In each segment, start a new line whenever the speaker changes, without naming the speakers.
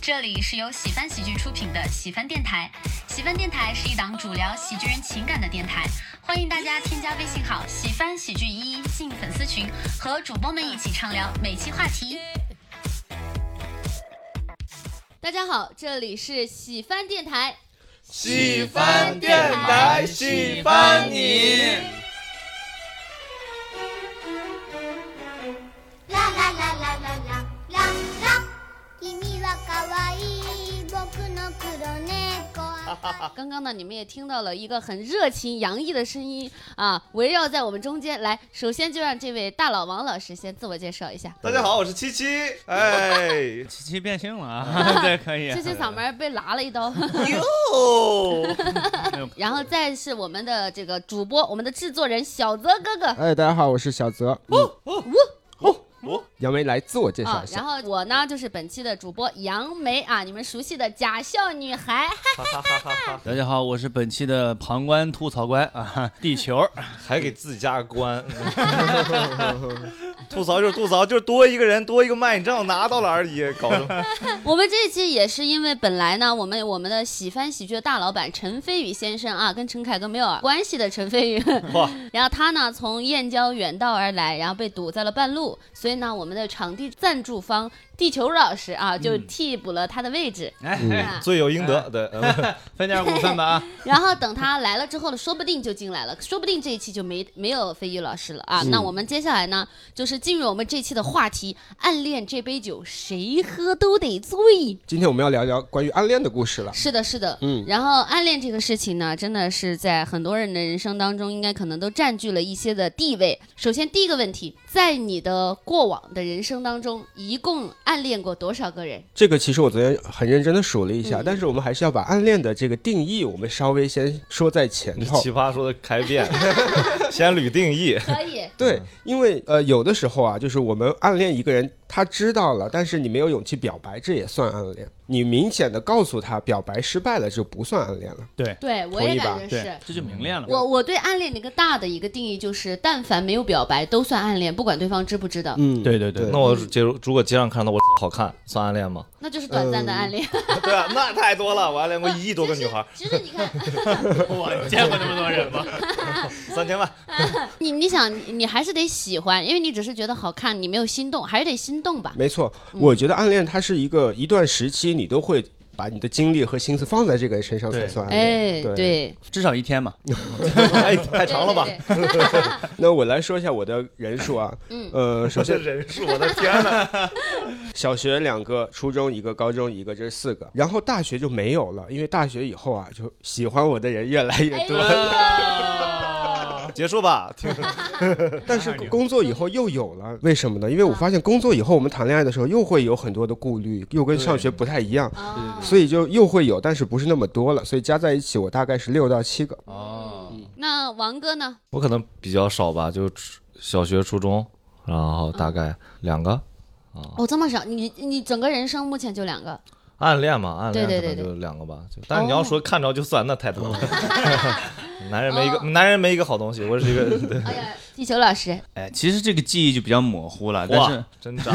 这里是由喜翻喜剧出品的喜翻电台。喜翻电台是一档主聊喜剧人情感的电台，欢迎大家添加微信号“喜翻喜剧一”进粉丝群，和主播们一起畅聊每期话题。
大家好，这里是喜翻电台，
喜翻电台，喜欢你。
ララララララララ君は可愛い僕の黒猫
啊刚刚呢，你们也听到了一个很热情洋溢的声音啊，围绕在我们中间。来，首先就让这位大佬王老师先自我介绍一下。
大家好，我是七七。哎，
七七变性了啊，对，可以。
这些嗓门儿被拉了一刀，
哟，
然后再是我们的这个主播，我们的制作人小泽哥哥
哎，大家好，我是小泽。嗯
哦哦哦哦，
杨梅来自我介绍
啊
一，下，
然后我呢就是本期的主播杨梅啊，你们熟悉的假笑女孩，
哈哈哈哈哈！
大家好，我是本期的旁观吐槽 官啊，地球。
还给自己加个官， 吐槽就是吐槽，就是多一个人多一个麦，你正好拿到了而已，搞的。
我们这一期也是因为本来呢，我们我们的喜翻喜剧的大老板陈飞宇先生啊，跟陈凯歌没有关系的陈飞宇，
哇，
然后他呢从燕郊远道而来，然后被堵在了半路，所以呢，我们的场地赞助方地球老师啊，就替补了他的位置。
哎，
嗯
啊
罪有应得， 对，嗯
分点股份吧啊！
然后等他来了之后呢，说不定就进来了，说不定这一期就没没有飞宇老师了啊。那我们接下来呢，就是进入我们这期的话题：暗恋这杯酒，谁喝都得醉。
今天我们要聊聊关于暗恋的故事了。
是的，是的，
嗯
然后暗恋这个事情呢，真的是在很多人的人生当中，应该可能都占据了一些的地位。首先，第一个问题，在你的过往的人生当中，一共暗恋过多少个人？
这个其实我昨天很认真的数了一下，
嗯
但是我们还是要把暗恋的这个定义，我们稍微先说在前头。
奇葩说的开遍，先捋定义。
可以，
对，
嗯
因为呃，有的时候啊，就是我们暗恋一个人，他知道了，但是你没有勇气表白，这也算暗恋。你明显的告诉他表白失败了，就不算暗恋了。
对我
同
也
意吧
感觉是
对。，这就明恋了。
我我对暗恋的一个大的一个定义就是，但凡没有表白都算暗恋，不管对方知不知道，
嗯，
对对对
对
那我接如如果街上看到我好看，算暗恋吗？
那就是短暂的暗恋。
对啊，那太多了，我暗恋过一亿多个女孩，
其实你看，
我见过那么多人吗？
三千万。
你你想，你你还是得喜欢，因为你只是觉得好看，你没有心动，还是得心动吧。
没错，
嗯
我觉得暗恋它是一个一段时期，你都会把你的精力和心思放在这个人身上才
对
算暗
哎，
恋。
对，
至少一天嘛。
哎，太长了吧？
对？对对
那我来说一下我的人数啊，
嗯
呃，首先
人数，我的天哪！
小学两个，初中一个，高中一个，这是四个。然后大学就没有了，因为大学以后啊，就喜欢我的人越来越
哎
多。
结束吧，听
但是工作以后又有了，为什么
嗯
呢？因为我发现工作以后，我们谈恋爱的时候又会有很多的顾虑，又跟上学不太一样，
哦
所以就又会有，但是不是那么多了。所以加在一起，我大概是六到七个。
哦，
那王哥呢？
我可能比较少吧，就初小学、初中，然后大概两个
哦，这么少，你你整个人生目前就两个，
暗恋嘛，暗恋
对
可
对
能
对
就两个吧。就但是你要说看着就算，那太多了。 男人没一个
哦，
男人没一个好东西。我是一 个，对
哎呀，地球老师，
哎，其实这个记忆就比较模糊了，但是
哇，真渣。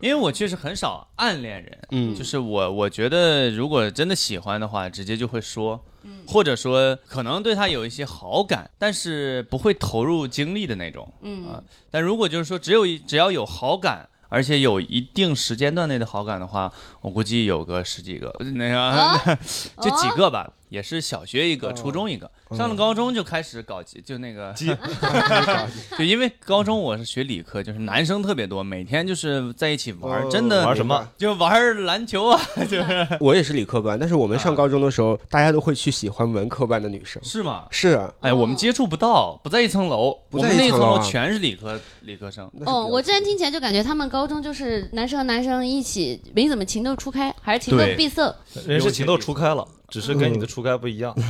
因为我确实很少暗恋人，
嗯
就是我我觉得如果真的喜欢的话，直接就会说，或者说可能对他有一些好感，但是不会投入精力的那种。
嗯，
但如果就是说只有一只要有好感，而且有一定时间段内的好感的话，我估计有个十几个， 那个、啊 就
哦
几个吧，也是小学一个，初中一个，上了高中就开始搞就那个， 就因为高中我是学理科，就是男生特别多，每天就是在一起玩，
哦
真的
玩什么？
就玩篮球啊，
我也是理科班，但是我们上高中的时候，大家都会去喜欢文科班的女生。
是吗？
是啊，
哎，我们接触不到，不在一层楼，
不
我
在
们
一
那一层
层楼
楼
啊
全是理科理科生。
那是比较
哦，我之前听起来就感觉他们高中就是男生和男生一起没怎么情窦初开，还是情窦
对
闭塞。
人是情窦初开了，只是跟你的初开不一样。
嗯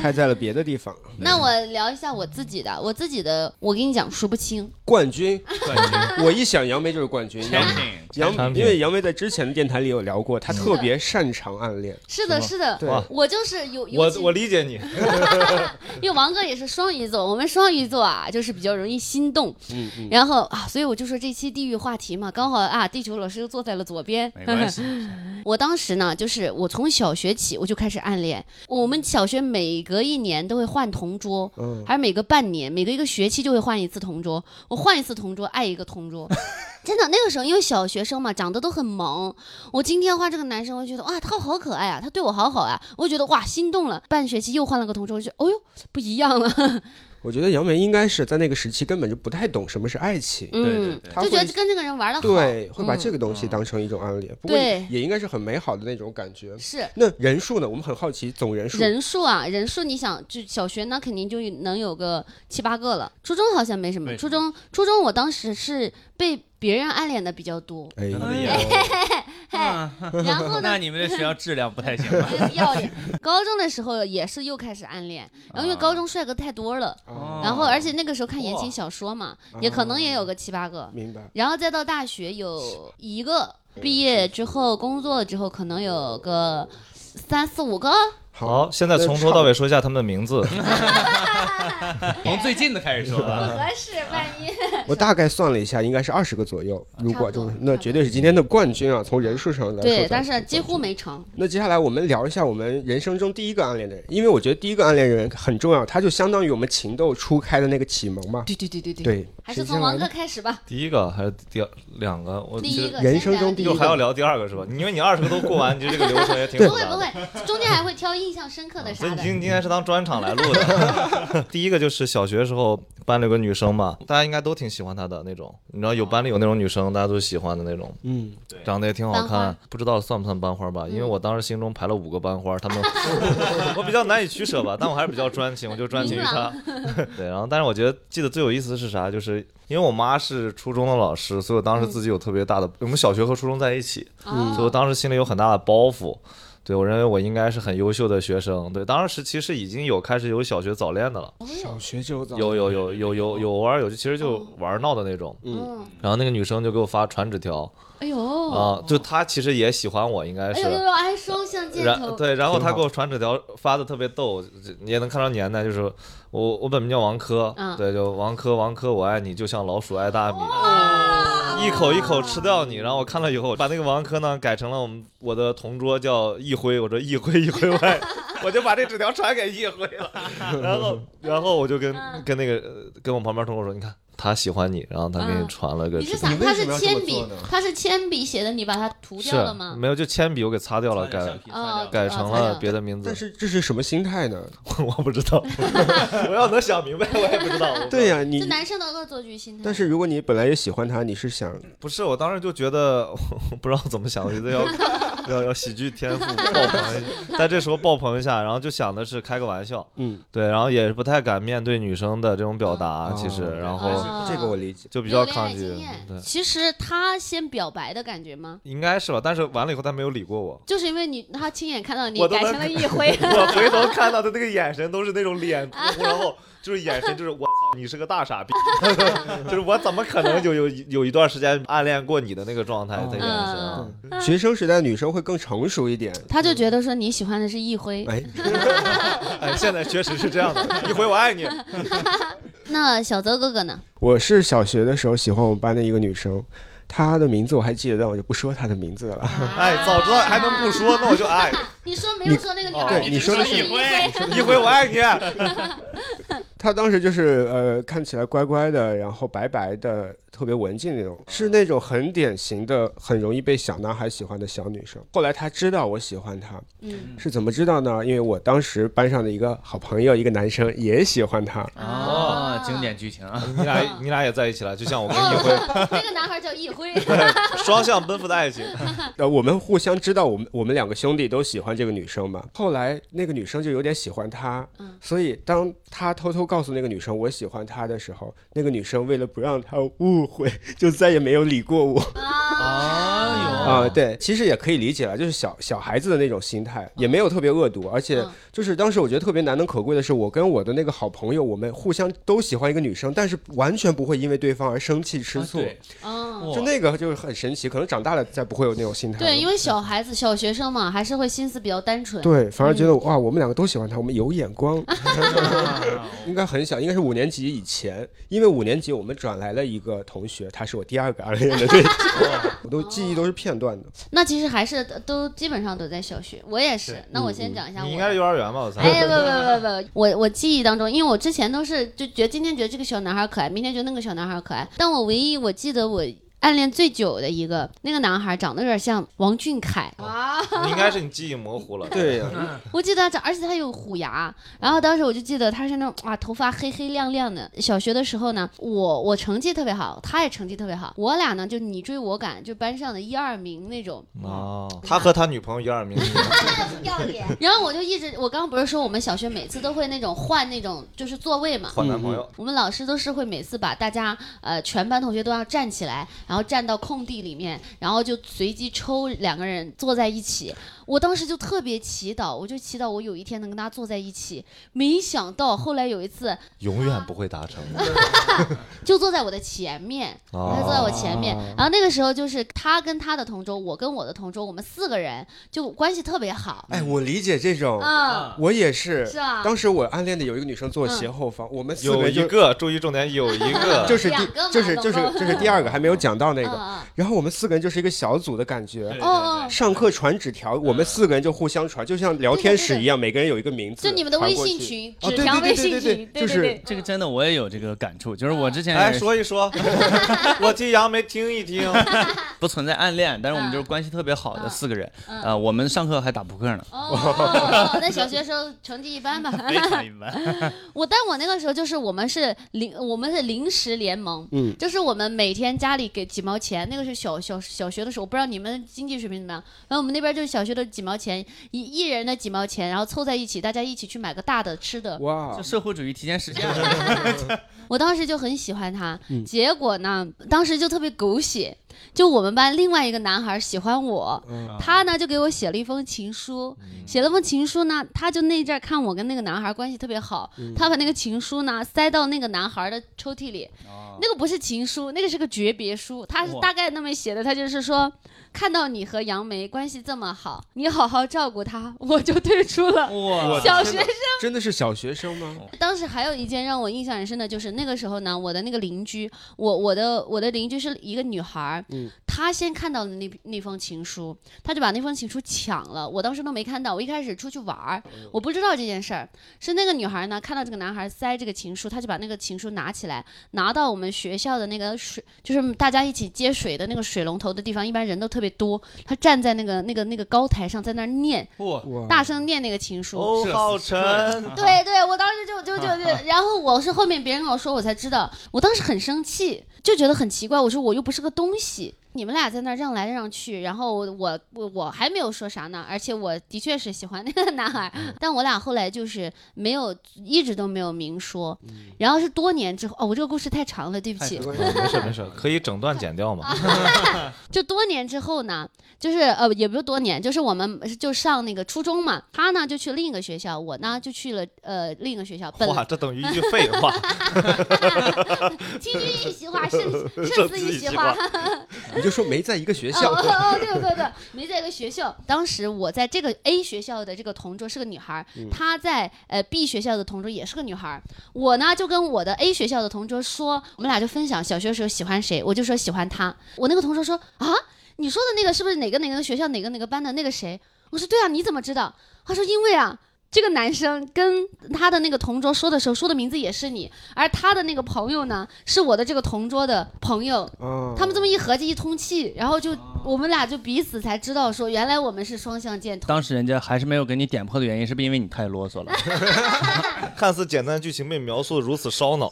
开在了别的地方。
那我聊一下我自己的，我自己的，我跟你讲说不清，
冠军，
冠军
我一想杨梅就是冠军。杨
，Channing，
杨，
产品
因为杨梅在之前的电台里有聊过，她特别擅长暗恋。
是的，是的，
对
哇
我就是有，尤
我
其
我理解 你，
因为王哥也是双鱼座，我们双鱼座啊，就是比较容易心动，
嗯嗯，
然后啊，所以我就说这期地狱话题嘛，刚好啊，地球老师又坐在了左边，
没关系，
我当时呢，就是我从小学起我就开始暗恋。我们小学每隔一年都会换同桌，
嗯
还是每隔半年、每隔一个学期就会换一次同桌。我换一次同桌，爱一个同 桌。真的，那个时候因为小学生嘛，长得都很萌。我今天换这个男生，我就觉得哇，他好可爱啊，他对我好好啊，我就觉得哇，心动了。半学期又换了个同桌，我就觉得哦哟，不一样了。
我觉得杨梅应该是在那个时期根本就不太懂什么是爱情，
对对
嗯，
对，
他
就
会
觉得跟这个人玩的好，
对，会把
嗯
这个东西当成一种暗恋，不过
对
也应该是很美好的那种感觉。
是。
那人数呢？我们很好奇总人数。
人数啊，人数，你想，就小学那肯定就能有个七八个了。初中好像没什么，
没
初中初中我当时是被别人暗恋的比较多，
哎
真的
呀
呀
然后呢
那你们这学校质量不太行 吧？
不要脸。高中的时候也是又开始暗恋，然后因为高中帅哥太多了，
哦
嗯然后而且那个时候看言情小说嘛，也可能也有个七八个，
明白。
然后再到大学有一个，毕业之后工作之后可能有个三四五个，
好，现在从头到尾说一下他们的名字。
从最近的开始说
不
啊，
合适，万一
我大概算了一下，应该是二十个左右。如果
啊差不
就
多
是那绝对是今天的冠军啊！从人数上来说，
对，但
咱
是几乎没成。
那接下来我们聊一下我们人生中第一个暗恋的人，因为我觉得第一个暗恋的人很重要，他就相当于我们情窦初开的那个启蒙嘛。
对对对对对
对，
还是
谁
从
先
王
来
哥
呢
开始吧。
第一个还是第二两个？我
第
觉
一
得
个
人
先
生
来
中第一
又
个
还要聊第二个是吧？因为你二十个都过完，你这个流程也 挺
不
复
会
杂
不
的。
会，中间还会挑印象深刻的
啊所
啥
以你
的。
今今天是当专场来录的。 第一个就是小学时候班里有个女生嘛，大家应该都挺喜欢她的那种。你知道有班里有那种女生，大家都喜欢的那种，
嗯，
长得也挺好
班花嗯
看。不知道算不算班花吧？因为我当时心中排了五个班花， 他们 我比较难以取舍吧，但我还是比较专情，我就专情于她。 对，然后但是我觉得记得最有意思的是啥，就是因为我妈是初中的老师，所以我
嗯
当时自己有特别大的，我们小学和初中在一起，
哦
嗯所以我当时心里有很大的包袱。对我认为我应该是很优秀的学生。对，当时其实已经有开始有小学早恋的了，
小学就早
有有有有有有玩有，其实就玩闹的那种。
嗯，
然后那个女生就给我发传纸条
哎呦，
啊，就她其实也喜欢我，应该
哎
是。
呦呦呦，哎，双向箭
然
头，
对，然后
挺
他
好
给我传纸条发的特别逗，这你也能看到年代，就是我我本名叫王珂，
嗯
对，就王珂，王珂，我爱你，就像老鼠爱大米，一口一口吃掉你。然后我看了以后，我把那个王珂呢改成了我们我的同桌叫一辉，我说一辉一辉我 爱你，我就把这纸条传给一辉了。然后然后我就跟
嗯
跟那个呃跟我旁边同桌说，你看他喜欢你，然后他给你
嗯
传了个
你
纸
是
条。
想
你为
他
什
是
么要这么
铅笔
做呢，
他是铅笔写的，你把它涂
是
掉了吗？
没有，就铅笔我给擦掉了，改
哦，
改成了别
的。
的名字
但。是这是什么心态呢？
我不知道，我要能想明白，我也不知道。
对
呀、
呀、你
就男生的恶作剧心态。
但是如果你本来也喜欢他，你是想
不是，我当时就觉得，我不知道怎么想，我觉得要 要要喜剧天赋爆棚一下，在这时候爆棚一下，然后就想的是开个玩笑，
嗯，
对，然后也不太敢面对女生的这种表达，其实，
哦
然后
哦
这个我理解。
就比
比
较抗拒，对，
其实他先表白的感觉吗？
应该是吧。但是完了以后，他没有理过我，
就是因为你他亲眼看到你
我都，
改成了一 回
我 回头看到他那个眼神都是那种脸哭，然后就是眼神就是我操你是个大 傻逼， 就是我怎么可能就有有一段时间暗恋过你的那个状态的眼神啊？
学生时代女生会更成熟一点。
他就觉得说你喜欢的是一辉。
哎，
哎，现在确实是这样的，一回我爱你，
嗯
那小泽哥哥呢？
我是小学的时候喜欢我们班的一个女生，她的名字我还记得，但我就不说她的名字了。
哎，早知道还能不说，那我就爱
你说没有说
哦
那个女孩？
嗯对你说的是
一辉。
一回我爱你。
她当时就是呃，看起来乖乖的，然后白白的，特别文静那种，是那种很典型的、很容易被小男孩喜欢的小女生。后来她知道我喜欢她，
嗯，
是怎么知道呢？因为我当时班上的一个好朋友，一个男生也喜欢她。
哦，经典剧情啊！
你俩你俩也在一起了，就像我跟一回
哦，那个男孩叫一辉。
嗯
双向奔赴的爱情。
呃，我们互相知道，我们我们两个兄弟都喜欢这个女生嘛。后来那个女生就有点喜欢他，
嗯
所以当他偷偷告诉那个女生我喜欢她的时候，
哦
那个女生为了不让他误会，就再也没有理过我。
哎呦，
啊、
啊，
对，其实也可以理解了，就是小小孩子的那种心态，也没有特别恶毒，而且
嗯
就是当时我觉得特别难能可贵的是，我跟我的那个好朋友，我们互相都喜欢一个女生，但是完全不会因为对方而生气吃醋，
对
嗯，
哇
就那个就是很神奇，可能长大了再不会有那种心态了。
对，因为小孩子、小学生嘛，还是会心思比较单纯。
对，反而
嗯
觉得哇，我们两个都喜欢他，我们有 眼 光。应该很小，应该是五年级以前，因为五年级我们转来了一个同学，他是我第二个暗恋 的对象，我都记忆都是片段的。
那其实还是都基本上都在小学，我也是。那我先讲一下我的，
你应该是幼儿园吧？我猜。
哎，不不不不，我我记忆当中，因为我之前都是就觉得今天觉得这个小男孩可爱，明天觉得那个小男孩可爱，但我唯一我记得我暗恋最久的一个那个男孩长得有点像王俊凯，
你应该是你记忆模糊了。
对呀、
我记得他长，而且他有虎牙，然后当时我就记得他是那种啊头发黑黑亮亮的。小学的时候呢，我我成绩特别好，他也成绩特别好，我俩呢就你追我赶，就班上的一二名那种。
哦，他和他女朋友一 二名。
不要脸。
然后我就一直，我刚刚不是说我们小学每次都会那种换那种就是座位嘛，
换男朋友，
我们老师都是会每次把大家呃全班同学都要站起来，然后站到空地里面，然后就随机抽两个人坐在一起。我当时就特别祈祷，我就祈祷我有一天能跟他坐在一起。没想到后来有一次，
永远不会达成。
就坐在我的前面，
哦
他坐在我前面。
哦
然后那个时候就是他跟他的同桌，我跟我的同桌，我们四个人就关系特别好。
哎，我理解这种，
嗯，
我也是。
是啊嗯
当时我暗恋的有一个女生坐斜后方，我们四
有
个
一
就
个，注意重点，有一 个。
就是第
两个嘛
就是
总
就是
共
就是第二个还没有讲到那
嗯
个，
嗯
然后我们四个人就是一个小组的感觉。
哦哦，
上课传纸条，我们四个人就互相传，就像聊天室一样，每个人有一个名字。
就你们的微信
传过去，
群，
哦
纸
对
条
对
微
对
信
对对
群，
就是
对对。
这个真的我也有这个感触，就是我之前
哎，
也是
说一 说，我替杨梅听一听。
不存在暗恋，但是我
嗯
们就是关系特别好的
嗯
四个人，
嗯，
啊，我们上课还打扑克呢
哦，那小学时候成绩一般吧。
非常一 般。
我但我那个时候就是我们是零，我们是临时联盟，
嗯，
就是我们每天家里给几毛钱，那个是小小小学的时候，我不知道你们经济水平怎么样，然后我们那边就是小学的几毛钱，一一人的几毛钱，然后凑在一起，大家一起去买个大的吃的。
哇
就，社会主义提前实现了，
我当时就很喜欢他，
嗯
结果呢，当时就特别狗血，就我们班另外一个男孩喜欢我，
嗯
他呢就给我写了一封情书，写了封情书呢，他就那阵儿看我跟那个男孩关系特别好，他把那个情书呢塞到那个男孩的抽屉里，那个不是情书，那个是个诀别书，他是
哇
大概那么写的，他就是说。看到你和杨梅关系这么好，你好好照顾她，我就退出了。
哇，
小学
真的是小学生吗？
当时还有一件让我印象很深的，就是那个时候呢，我的那个邻居，我我的我的邻居是一个女孩儿，
嗯
她先看到了那那封情书，她就把那封情书抢了。我当时都没看到，我一开始出去玩儿，我不知道这件事儿。是那个女孩儿呢，看到这个男孩塞这个情书，她就把那个情书拿起来，拿到我们学校的那个水，就是大家一起接水的那个水龙头的地方，一般人都特别多。她站在那个那个那个高台上，在那儿念，
哇，
哇，
大声念那个情书。
欧
这
浩
是帅
辰，
对对，我当时就就就就，然后我是后面别人跟我说，我才知道，我当时很生气，就觉得很奇怪，我说我又不是个东西。你们俩在那儿让来让去，然后我我我还没有说啥呢，而且我的确是喜欢那个男孩，但我俩后来就是没有一直都没有明说，然后是多年之后哦，我这个故事嗯太长了，对不
太
起，
没事没事，可以整段剪掉
啊
嘛。
就多年之后呢，就是呃，也不是多年，就是我们就上那个初中嘛，他呢就去另一个学校，我呢就去了呃另一个学校。本
哇，这等于一句废 话，
听君一席 话，胜
这
胜
自
似一
己
席
计
话
划。。
你就说没在一个学
哦
校
哦，哦，对对对，没在一个学校。当时我在这个 A 学校的这个同桌是个女孩儿，她在呃 B 学校的同桌也是个女孩儿。我呢就跟我的 A 学校的同桌说，我们俩就分享小学时候喜欢谁，我就说喜欢她。我那个同桌说啊，你说的那个是不是哪个哪个学校哪个哪个班的那个谁？我说对啊，你怎么知道？他说因为啊。这个男生跟他的那个同桌说的时候，说的名字也是你，而他的那个朋友呢，是我的这个同桌的朋友，
啊
他们这么一合计一通气，然后就我们俩就彼此才知道说，原来我们是双向箭头。
当时人家还是没有给你点破的原因，是不是因为你太啰嗦 了？
看似简单的剧情被描述的如此烧 脑，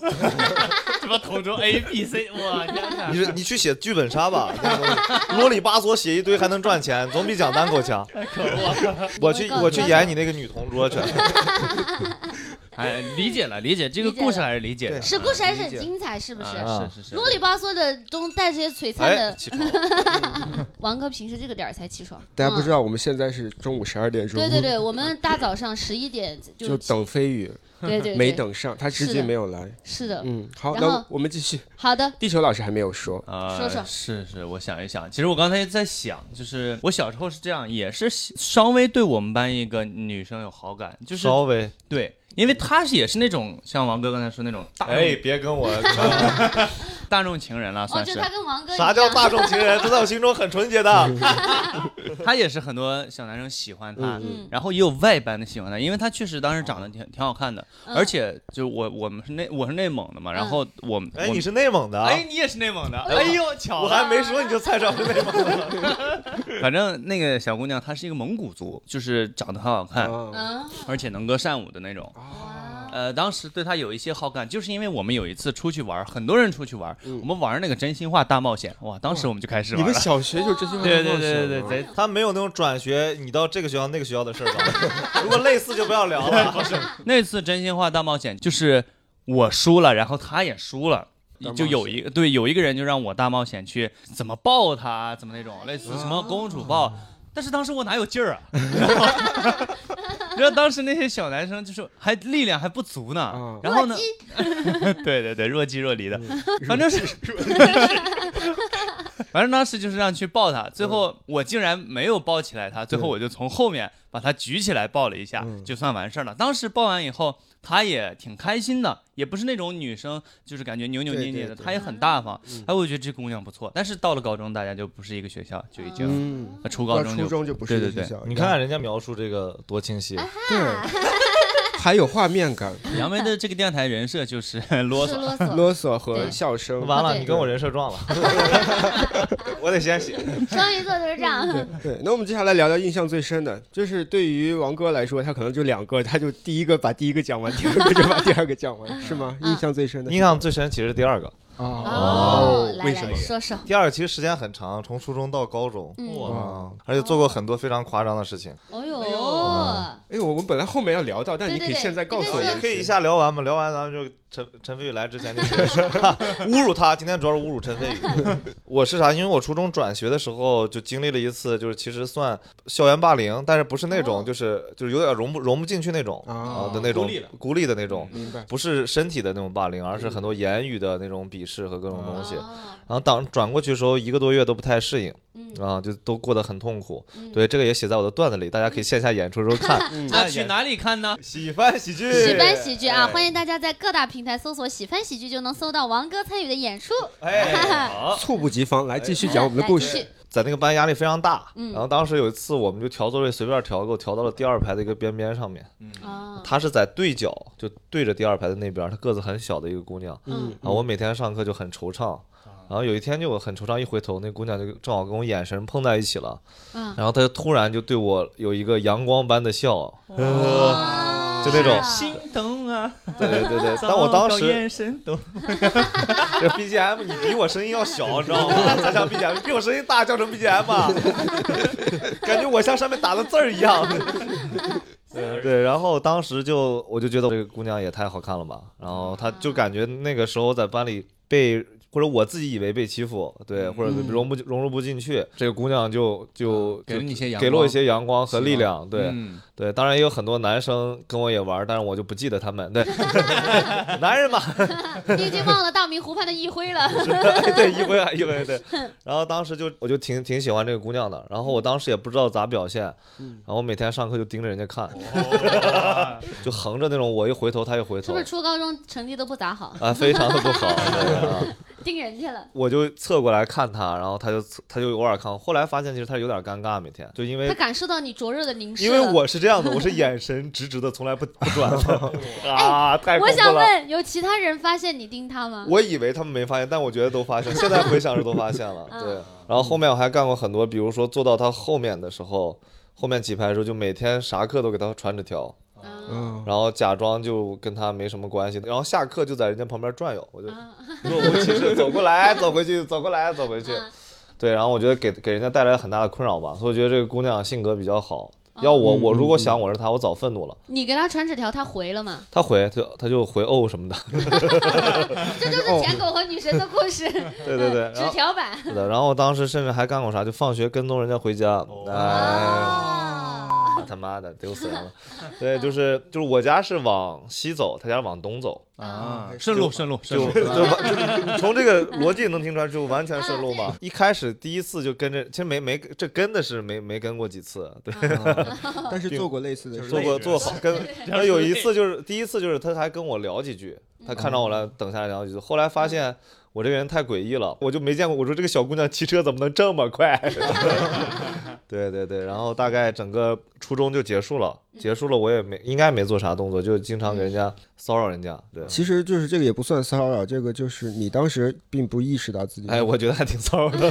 什么同桌 A B C，我天 哪！
你说你去写剧本杀吧，那个啰里吧嗦写一堆还能赚钱，总比讲单口强。我去我去演你那个女同桌去，
哎，理解了，理解这个
理解
故事还是理解
对
的，
是故事还是很
理解
精彩，是不是？
啊
啊是是是，
啰里吧嗦的中带这些璀璨
哎，
的，
起床了，
王哥平时这个点儿才起床，
大家不知
道。
道我们现在是嗯中午十二点钟，
对对对，我们大早上十一点就
就等飞宇
对对对
没等上，他
是
至今
的
没有来。
是的，
嗯，好，
然后
那我们继续。
好的，
地球老师还没有说，
啊，
说说
是是，我想一想，其实我刚才在想，就是我小时候是这样，也是喜稍微对我们班一个女生有好感，就是
稍微，
对，因为她是也是那种像王哥刚才说那种大众、
哎，别跟 我
大众情人了，
哦，
算。
就是他跟王哥一
啥叫
样
大众情人，这在我心中很纯洁 的。
她也是很多小男生喜欢她，
嗯
然后也有外班的喜欢她，因为她确实当时长得挺挺好看的，
嗯
而且就我我们是内我是内蒙的嘛，然后我们、
哎，
我
你
们
是内蒙的啊，
哎你也是内蒙的，哎呦巧
我
了，
还没说你就猜上是内蒙的了。
反正那个小姑娘她是一个蒙古族，就是长得很好看，
啊，
嗯，
而且能歌善舞的那种。
哇，
呃，当时对她有一些好感，就是因为我们有一次出去玩儿，很多人出去玩儿，我们玩儿那个真心话大冒险，哇，当时我们就开始
你
玩
们
了。
小学就真心话
对
大
对
冒险
对对
吗
对，贼
他没有那种转学，你到这个学校那个学校的事儿吧。如 果类似就 不要聊了。
那次真心话大冒险就是我输了，然后他也输了
大冒。
就有一个对有一个人就让我大冒险去怎么抱他，怎么那
嗯
种类似什么公主
啊
抱，但是当时我哪有 劲儿啊？你知道当时那些小男生就是还力量还不足呢
啊，
然后呢， 对对对，若即若离
嗯
的，反正是， 反正当时就是让去抱他，最后我竟然没有抱起来他，最后我就从后面把他举起来抱了一下，就算完事儿了。当时抱完以后，他也挺开心的，也不是那种女生就是感觉扭扭捏捏
对
的，
对对
她也很大方。哎，我觉得这姑娘不错，但是到了高中，大家就不是一个学校，就已经
嗯，
呃初高
到
中
初
就
中就不是
对
一个
对对
学校，
你
啊
看看人家描述这个多清
哎
晰，
对，还有画面 感，
杨梅的这个电台人设就是啰
是
嗦。
啰嗦。
啰嗦和
对
笑声。
完了
对
你跟我人设撞了， 我得先写。
双鱼座都是这样，
对，那我们接下来聊聊印象最深的，就是对于王哥来说，他可能就两个，他就第一个把第一个讲完，第二个就把第二个讲完，是
啊
吗？印象最深的
印象最深其实是第二个，
哦，来
为什
来
么
说说，
第二个其实时间很长，从初中到高中，
嗯
哇，而且做过很多非常夸张的事情。
哦呦，
哎，我们本来后面要聊到，但
对
你
对
可以
对
现在告诉
对
我
对
也
们，
可以一下聊完嘛，聊完咱们就陈陈飞宇来之前就侮辱他，今天主要是侮辱陈飞宇。我是啥？因为我初中转学的时候就经历了一次，就是其实算校园霸凌，但是不是那
哦
种就是就是有点融不融不进去那种啊
啊
的嗯那种
孤立了
孤立的那种，
明白。
不是身体的那种霸凌，而是很多言语的那种鄙视和各种东西。
哦
然后当转过去的时候，一个多月都不太适应，
嗯
啊，就都过得很痛苦。
嗯
对，这个也写在我的段子里，大家可以线下演出的时候 看。
嗯
那去哪里看呢？
喜欢喜剧，
喜欢喜剧啊，
哎
欢迎大家在各大平台搜索“喜欢喜剧”就能搜到王哥参与的演出。
哎，
好，
猝不及防，来继续
来
讲我们的故
来继
事嗯
续。
在那个班压力非常大。
嗯
然后当时有一次，我们就调座位，随便调，给我调到了第二排的一个边边上面。
啊，
她是在对角，就对着第二排的那边，她个子很小的一个姑娘。
嗯啊
然后我每天上课就很惆怅。然后有一天就很惆怅，一回头那姑娘就正好跟我眼神碰在一起了，
嗯，
然后她就突然就对我有一个阳光般的笑， 就那种，
心动啊！
对对对对。但我当
糟糕
时
眼神动，
这 BGM 你比我声音要小，你知道吗？咱叫 BGM，你比我声音大叫成 BGM 吧，啊 感觉我像上面打的字儿一 样。对对，然后当时就我就觉得这个姑娘也太好看了吧，然后她就感觉那个时候在班里被。或者我自己以为被欺负，对，或者
嗯
融不融入不进去，这个姑娘就就
啊给了你一些阳
给了我一
光
些阳光和力
希
量，对，
嗯
对，当然也有很多男生跟我也玩，但是我就不记得他们。对， 男人嘛，
你已经忘了大明湖畔的一辉 了。
对，一回一回对。然后当时就我就挺挺喜欢这个姑娘的，然后我当时也不知道咋表现，然后我每天上课就盯着人家看， 就横着那种，我一回头她一回
是
头
不，是初高中成绩都不咋好，
啊，非常的不好。对啊，
盯人去了？
我就侧过来看她，然后她就侧她就偶尔看我，后来发现其实她有点尴尬，每天就因
他
为。
感受到你灼热的凝视
因
了。
为我是这样的，我是眼神直直的，从来不不转的 啊！太
哎我
恐怖
想
了。
问，有其他人发现你盯他吗？
我以为他们没发现，但我觉得都 发现，现在回想是都发现了。对，然后后面我还干过很多，比如说坐到他后面的时候，后面几排的时候，就每天啥课都给他传纸条，
嗯
嗯，
然后假装就跟他没什么关系，然后下课就在人家旁边转悠，我就若无其事走过来走回去，走过来嗯走回去。对，然后我觉得给给人家带来很大的困扰吧，所以我觉得这个姑娘性格比较好，要我，我如果
嗯嗯
想我是他，我早愤怒了。
你给他传纸条，他回了 吗？
他回就他就回哦什么的，
这就是舔狗和女神的故事，
对对对，哦 然
纸
后
条 版。
是的，然后当时甚至还干过啥，就放学跟踪人家回家，哎，
哦，
他妈的丢死人了。对，就是就是我家是往西走，他家往东走，
啊，顺路顺路顺
就
路，
就完就从这个逻辑能听出来，就完全顺路嘛。一开始第一次就跟着，其实没没这跟的是没没跟过几次，对，
但是做过类 似的事
做
情，
过做好跟。他有一次就是第一次就是他还跟我聊几句，他看着我
嗯
了，等下来聊几句，后来发现。我这个人太诡异了，我就没见过。我说这个小姑娘骑车怎么能这么快？ 对对对，然后大概整个初中就结束了，
嗯
结束了我也没应该没做啥动作，就经常给人家骚扰人家。对，
其实就是这个也不算骚扰，这个就是你当时并不意识到自己。
哎，我觉得还挺骚扰
嗯
的。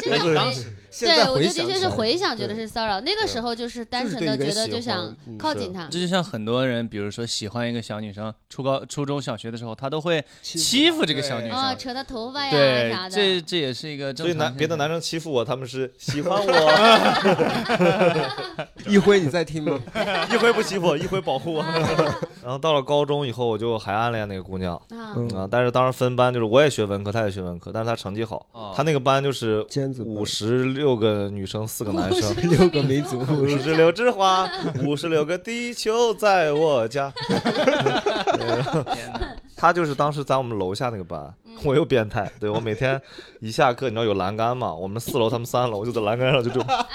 现在
当
时
现
对
在
我
回
就的
想
确
起
是
来
回想，觉得是骚扰。那个时候就是单纯的觉得就想靠
嗯
近他，
这就像很多人，比如说喜欢一个小女生，初高、初中小学的时候，他都会欺负这个小女
啊，
生。
扯他头发呀
对
啥，的。
哦这啊这也是一个 正
所以
常
男
嗯
现
别的
象
男生欺负我，他们是 喜欢我，
一辉你在听吗？
一回不欺负我，一回保护我。 然后到了高中以后，我就还暗恋那个姑娘。
啊，
啊
嗯，，
但是当时分班就是我也学文科，她也学文科，但是她成绩好，
哦
她那个班就是
尖子班
五十六个女生，四个男生，
六个民 族，
五十六枝花，五十六个地球在我家。她就是当时在我们楼下那个班，我又变态，对我每天一下课，你知道有栏杆嘛，我们四楼，他们三楼，我就在栏杆上就这么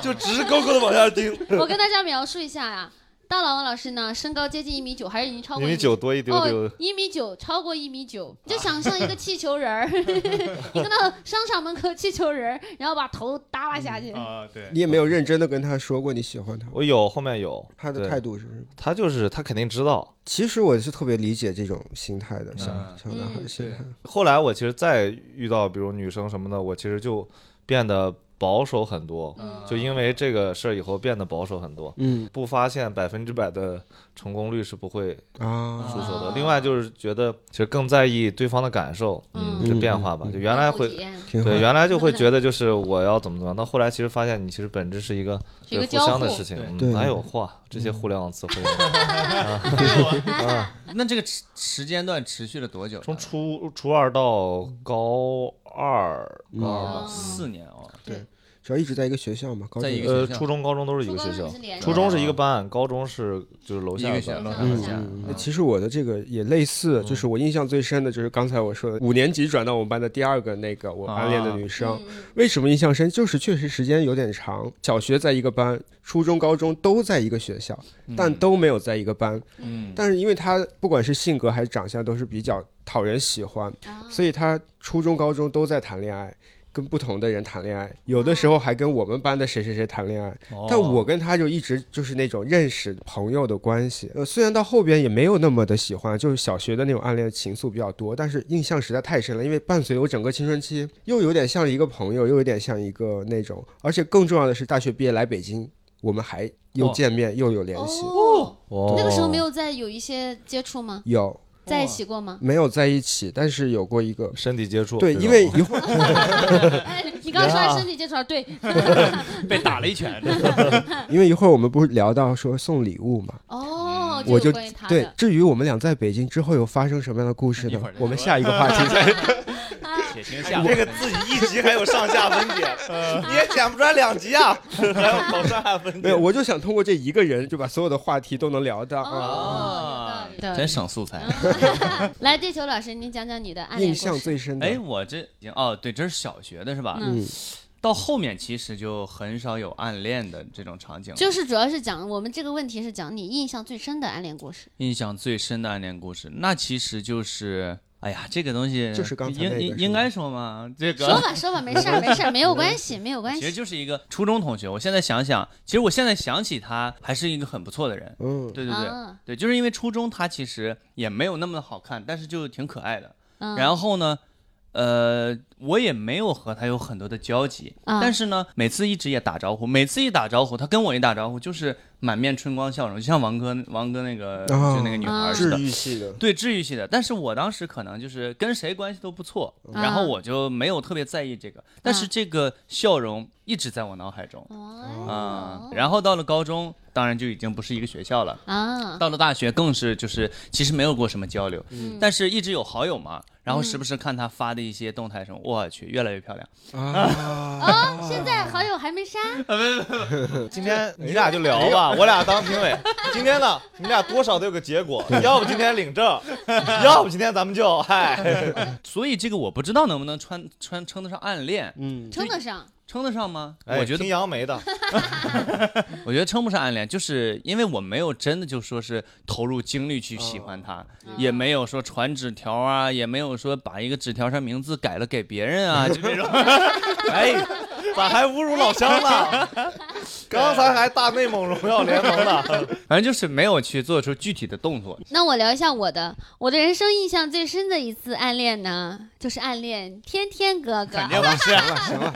就直勾勾的往下盯，
我跟大家描述一下呀，大老王老师呢，身高接近一米九，还是已经超过1.9
你米九多一丢丢
哦，，一米九，超过一米九，
啊
你就想象一个气球人儿， 一个那商场门口气球人儿，然后把头耷拉下去。
啊，对，
你也没有认真的跟他说过你喜欢他，
我有后面有
他的
对
态度是什么？
她就是她肯定知道。
其实我是特别理解这种心态的，小
嗯
小男孩的心态。
后来我其实再遇到比如女生什么的，我其实就变得保守很
嗯
多，
嗯
就因为这个事儿以后变得保守很多。
嗯
不发现百分之百的成功率是不会出
啊，
手的
啊。
另外就是觉得其实更在意对方的感受，
嗯
这变化吧。就原来
体
会
验
挺好
对。原来就会觉得就是我要怎么怎么样，到后来其实发现你其实本质是一个
是一
对
个
嗯互
交
相的
互
事情。
对
嗯哪有嚯这些互联网词汇？
那这个时时间段持续了多久 呢？
从初初二到高二，高二吧
嗯
四年哦，
主要一直在一个学校嘛，高
在一
中
个
呃，
学校
初中、高中都是一个
初高中
学校
也是连，着
初中是一个班，高中是就是楼
一
下
个
的
学校
班。
楼
嗯
下嗯
嗯，那其实我的这个也类似，就是我印象最深的就是刚才我说的，五年级转到我们班的第二个那个我
啊
暗恋的女生，
嗯
为什么印象深？就是确实时间有点长，小学在一个班，初中、高中都在一个学校，但都没有在一个班。
嗯，
但是因为她不管是性格还是长相都是比较讨人喜欢，
啊
所以她初中、高中都在谈恋爱。跟不同的人谈恋爱，有的时候还跟我们班的谁谁谁谈恋爱，
哦
但我跟他就一直就是那种认识朋友的关系，呃，虽然到后边也没有那么的喜欢，就是小学的那种暗恋情愫比较多，但是印象实在太深了，因为伴随我整个青春期，又有点像一个朋友，又有点像一个那种，而且更重要的是，大学毕业来北京，我们还又
哇
见面、又有联系，
哦，
哦
那个时候没有在有一些接触吗？
有
在一起过吗？
没有在一起，但是有过一个。
身体接触。
对，
这
因
种
为 一会儿
哎，你刚刚说完身体接触啊，对，
被打了一 拳，
因为一会儿我们不是聊到说送礼物嘛，
哦，
嗯我
有
就
关于他
对
的。。
至于我们俩在北京之后有发生什么样的故事
一
呢
会儿？再
我们
说
下一个话题再
铁青下
这个自己一集还有上下分解，你也剪不出来两集啊，还要搞上下分
没有，我就想通过这一个人就把所有的话题都能聊到。
哦，有道理
啊真省素材。
来，地球老师，您讲讲你的暗恋
哎啊印
故事
象最深的，
哎，我这已经哦，对，这是小学的是吧？
嗯
到后面其实就很少有暗恋的这种场景了，
就是主要是讲我们这个问题是讲你印象最深的暗恋故事。
印象最深的暗恋故事，那其实就是，哎呀，这个东西
就是刚才那
应
个
应
是
应
吗
该说吗？这个
说吧，说吧，没事儿，没事儿，没有关系，没有关
其实
系。
就是一个初中同学。我现在想想，其实我现在想起他还是一个很不错的人。
嗯，
对对对、
啊
对，就是因为初中他其实也没有那么好看，但是就挺可爱的。
嗯，
然后呢，呃，我也没有和他有很多的交集，
啊
但是呢，每次一直也打招呼，每次一打招呼，他跟我一打招呼就是满面春光笑容，就像王哥王哥那个、
哦
就那个女孩
啊
似
治
的。
愈系的，
对治愈系的，但是我当时可能就是跟谁关系都不错，
啊
然后我就没有特别在意这
嗯
个，但是这个笑容一直在我脑海中啊、
哦
然后到了高中，当然就已经不是一个学校了，
啊，
到了大学更是就是其实没有过什么交流，
嗯
但是一直有好友嘛，然后时不时看她发的一些动态什么，我去，越来越漂亮。
啊，现在好友还没删，
今天你俩就聊吧，我俩当评委。今天呢，你俩多少都有个结果，要不今天领证， 要不今天咱们就嗨。
所以这个我不知道能不能穿穿称得上暗恋，
嗯，
称得上。
称得上吗？
哎
我觉得
听杨梅的，
我觉得称不上暗恋，就是因为我没有真的就说是投入精力去喜欢他，也没有说传纸条啊，也没有说把一个纸条上名字改了给别人啊，就这种。
哎，咋还侮辱老乡 呢？刚才还大内蒙荣耀联盟呢，
反正就是没有去做出具体的动作。
那我聊一下我的，我的人生印象最深的一次暗恋呢，就是暗恋天天哥哥。
是，